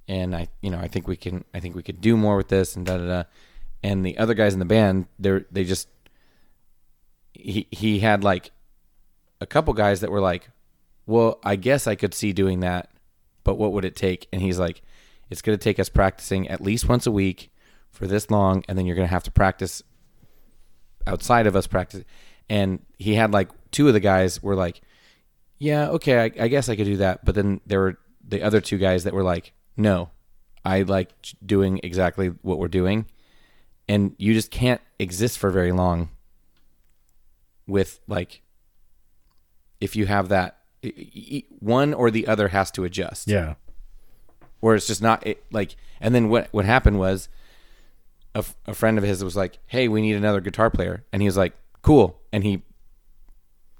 and I you know, I think we can I think we could do more with this and da da da. And the other guys in the band, they're they just he he had like a couple guys that were like, "Well, I guess I could see doing that, but what would it take?" And he's like, "It's going to take us practicing at least once a week for this long, and then you're going to have to practice outside of us practice." And he had like two of the guys were like, "Yeah, okay, I, I guess I could do that," but then there were the other two guys that were like, "No, I like doing exactly what we're doing." And you just can't exist for very long with like if you have that e- e- one or the other has to adjust Yeah, where it's just not it, like and then what what happened was a, f- a friend of his was like hey we need another guitar player and he was like cool and he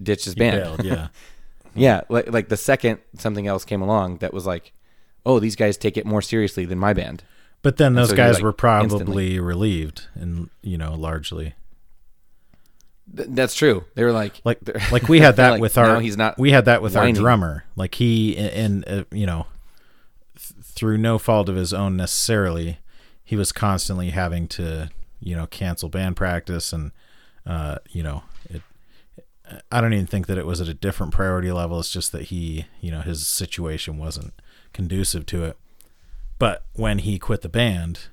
ditched his band Bailed, yeah. *laughs* yeah like, like the second something else came along that was like oh these guys take it more seriously than my band But then those so he, guys like, were probably instantly- relieved, and you know, largely Th- that's true they were like like they're- *laughs* like we had that like, with our now he's not we had that with whining. our drummer. Like he and uh, you know, th- through no fault of his own necessarily, he was constantly having to you know cancel band practice and uh, you know it. I don't even think that it was at a different priority level. It's just that he you know his situation wasn't conducive to it. But when he quit the band,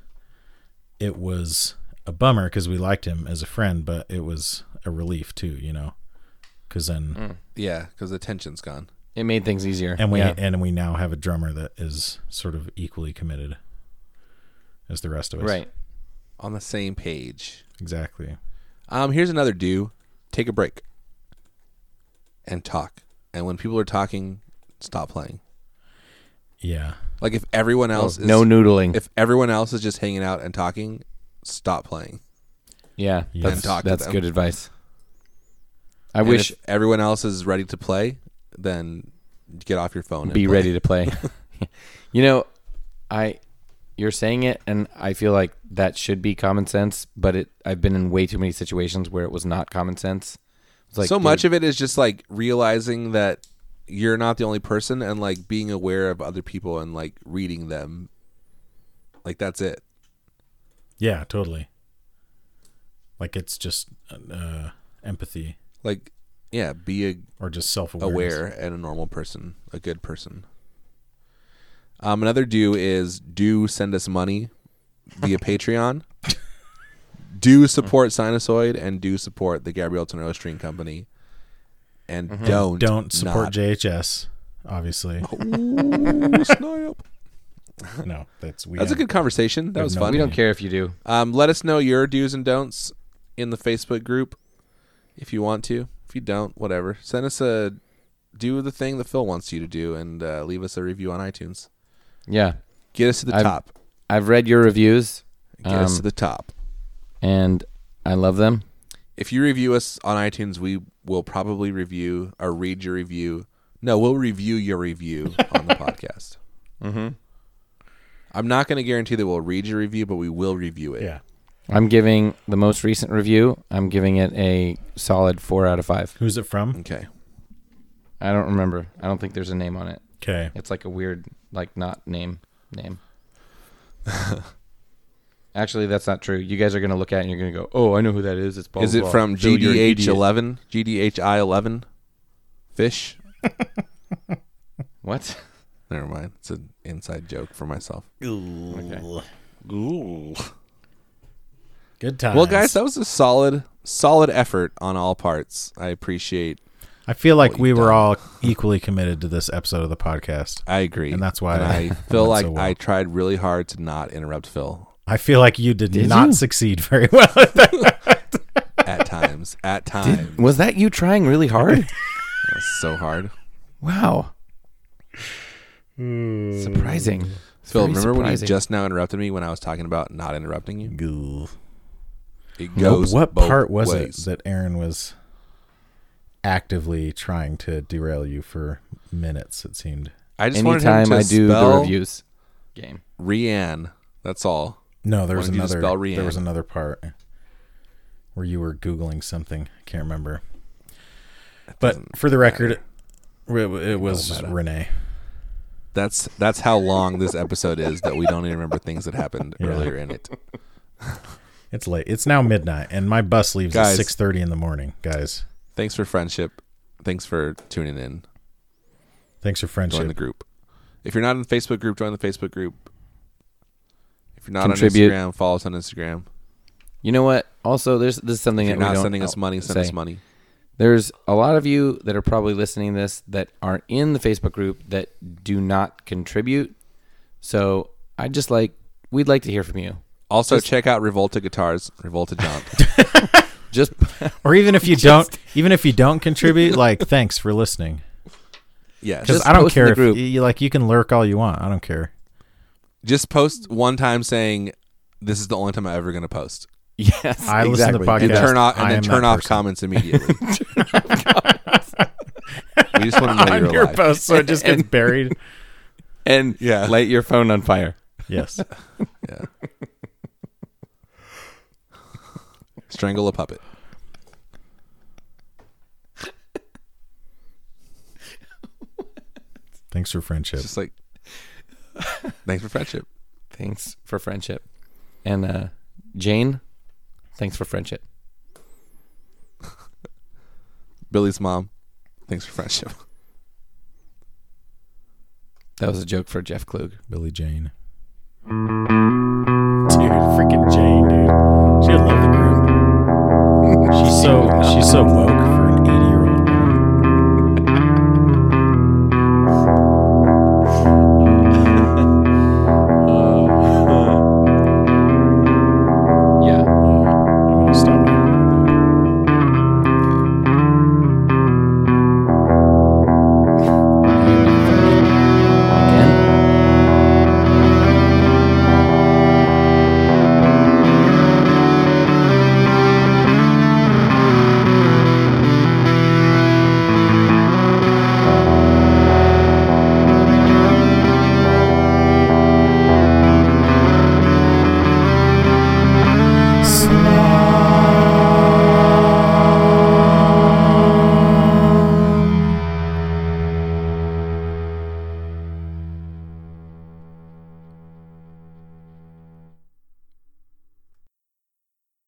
it was a bummer because we liked him as a friend, but it was a relief too, you know, because then yeah, because the tension's gone. it made things easier and we yeah. and we now have a drummer that is sort of equally committed as the rest of us. right On the same page. Exactly. Um, here's another do. Take a break. And talk. And when people are talking, stop playing. Yeah. Like if everyone else is Oh, no noodling if everyone else is just hanging out and talking, stop playing. Yeah, Yeah. that's, And talk to that's them. good advice. I I wish wish everyone else is ready to play, then get off your phone. And be play. ready to play. *laughs* you know, I you're saying it, and I feel like that should be common sense, but it I've been in way too many situations where it was not common sense. It's like so much of it is just like realizing that you're not the only person and like being aware of other people and like reading them. Like that's it. Yeah. Totally. Like it's just uh, empathy Like yeah, be a or just self aware and a normal person, a good person. Um, another do is do send us money via Patreon. Do support Sinusoid and do support the Gabriel Tonello String Company. And don't Don't *laughs* support not- JHS. *laughs* Obviously, Ooh, snap. no. That's we. That's a have- good conversation. That was no fun. we don't care if you do. Um, let us know your do's and don'ts in the Facebook group if you want to. If you don't, whatever. Send us a do the thing that Phil wants you to do and uh, leave us a review on iTunes. Yeah, Get us to the I've- top. I've read your reviews, Get us um, to the top. and I love them. If you review us on iTunes, we will probably review or read your review. No, we'll review your review on the podcast. Mm-hmm. I'm not going to guarantee that we'll read your review, but we will review it. Yeah. I'm giving the most recent review. I'm giving it a solid four out of five. Who's it from? Okay. I don't remember. I don't think there's a name on it. Okay. It's like a weird, like not name name. Actually, that's not true. You guys are gonna look at it and you're gonna go, "Oh, I know who that is." It's blah, Is blah, it blah." from Bill, you're an GDH idiot. eleven? GDHI eleven? Fish? What? Never mind. It's an inside joke for myself. Good times. Well, guys, that was a solid, solid effort on all parts. I appreciate. I feel like we you've were done. all equally committed to this episode of the podcast. I agree, And that's why And I *laughs* it feel went like so well. I tried really hard to not interrupt Phil I feel like you did, Did not you? succeed very well. at that. *laughs* at times. At times, Was that you trying really *laughs* hard? That was so hard. wow. Hmm. Surprising. It's Phil, very remember when you surprising. just now interrupted me when I was talking about not interrupting you? It Nope. goes. What both part was ways. it that Aaron was actively trying to derail you for minutes? It seemed. I just wanted him anytime to I do spell the reviews game? Rianne. That's all. No, there was Wanted you to another. spell There was Rhiannon. another part where you were googling something. I can't remember. But for the record, it, it was Renee. That's that's how long this episode is that we don't even remember things that happened earlier in it. It's late. It's now midnight, and my bus leaves Guys. at six thirty in the morning. Guys, Thanks for friendship. Thanks for tuning in. thanks for Join the friendship. group. If you're not in the Facebook group, join the Facebook group. If you're not on Contribute. Instagram, follow us on Instagram. You know what? Also, there's this is something If you're that we not don't sending us out- money, send say. us money. There's a lot of you that are probably listening to this that aren't in the Facebook group that do not contribute. So I just like we'd like to hear from you. Also, check out Revolta Guitars, Revolta *laughs* John. Just *laughs* Or even *laughs* if you don't, even if you don't contribute, like thanks for listening. yes. *laughs* Just, Because Just I don't post in care the if group. you like you can lurk all you want. I don't care. just post one time saying, this is the only time I'm ever going to post. yes, I listen to exactly. podcasts. And turn off I and then am turn that off person. *laughs* comments immediately. we just want to know *laughs* on you're your alive. post, so it just *laughs* gets buried. and Yeah. light your phone on fire. Yes. Yeah. Strangle a puppet. Thanks for friendship. Just like thanks for friendship. Thanks for friendship, and uh, Jane, thanks for friendship. Billy's mom. Thanks for friendship. That was a joke for Jeff Klug. Billy Jane. Dude, *laughs* freaking Jane, dude. She would love the group. She's so she's so woke. *laughs*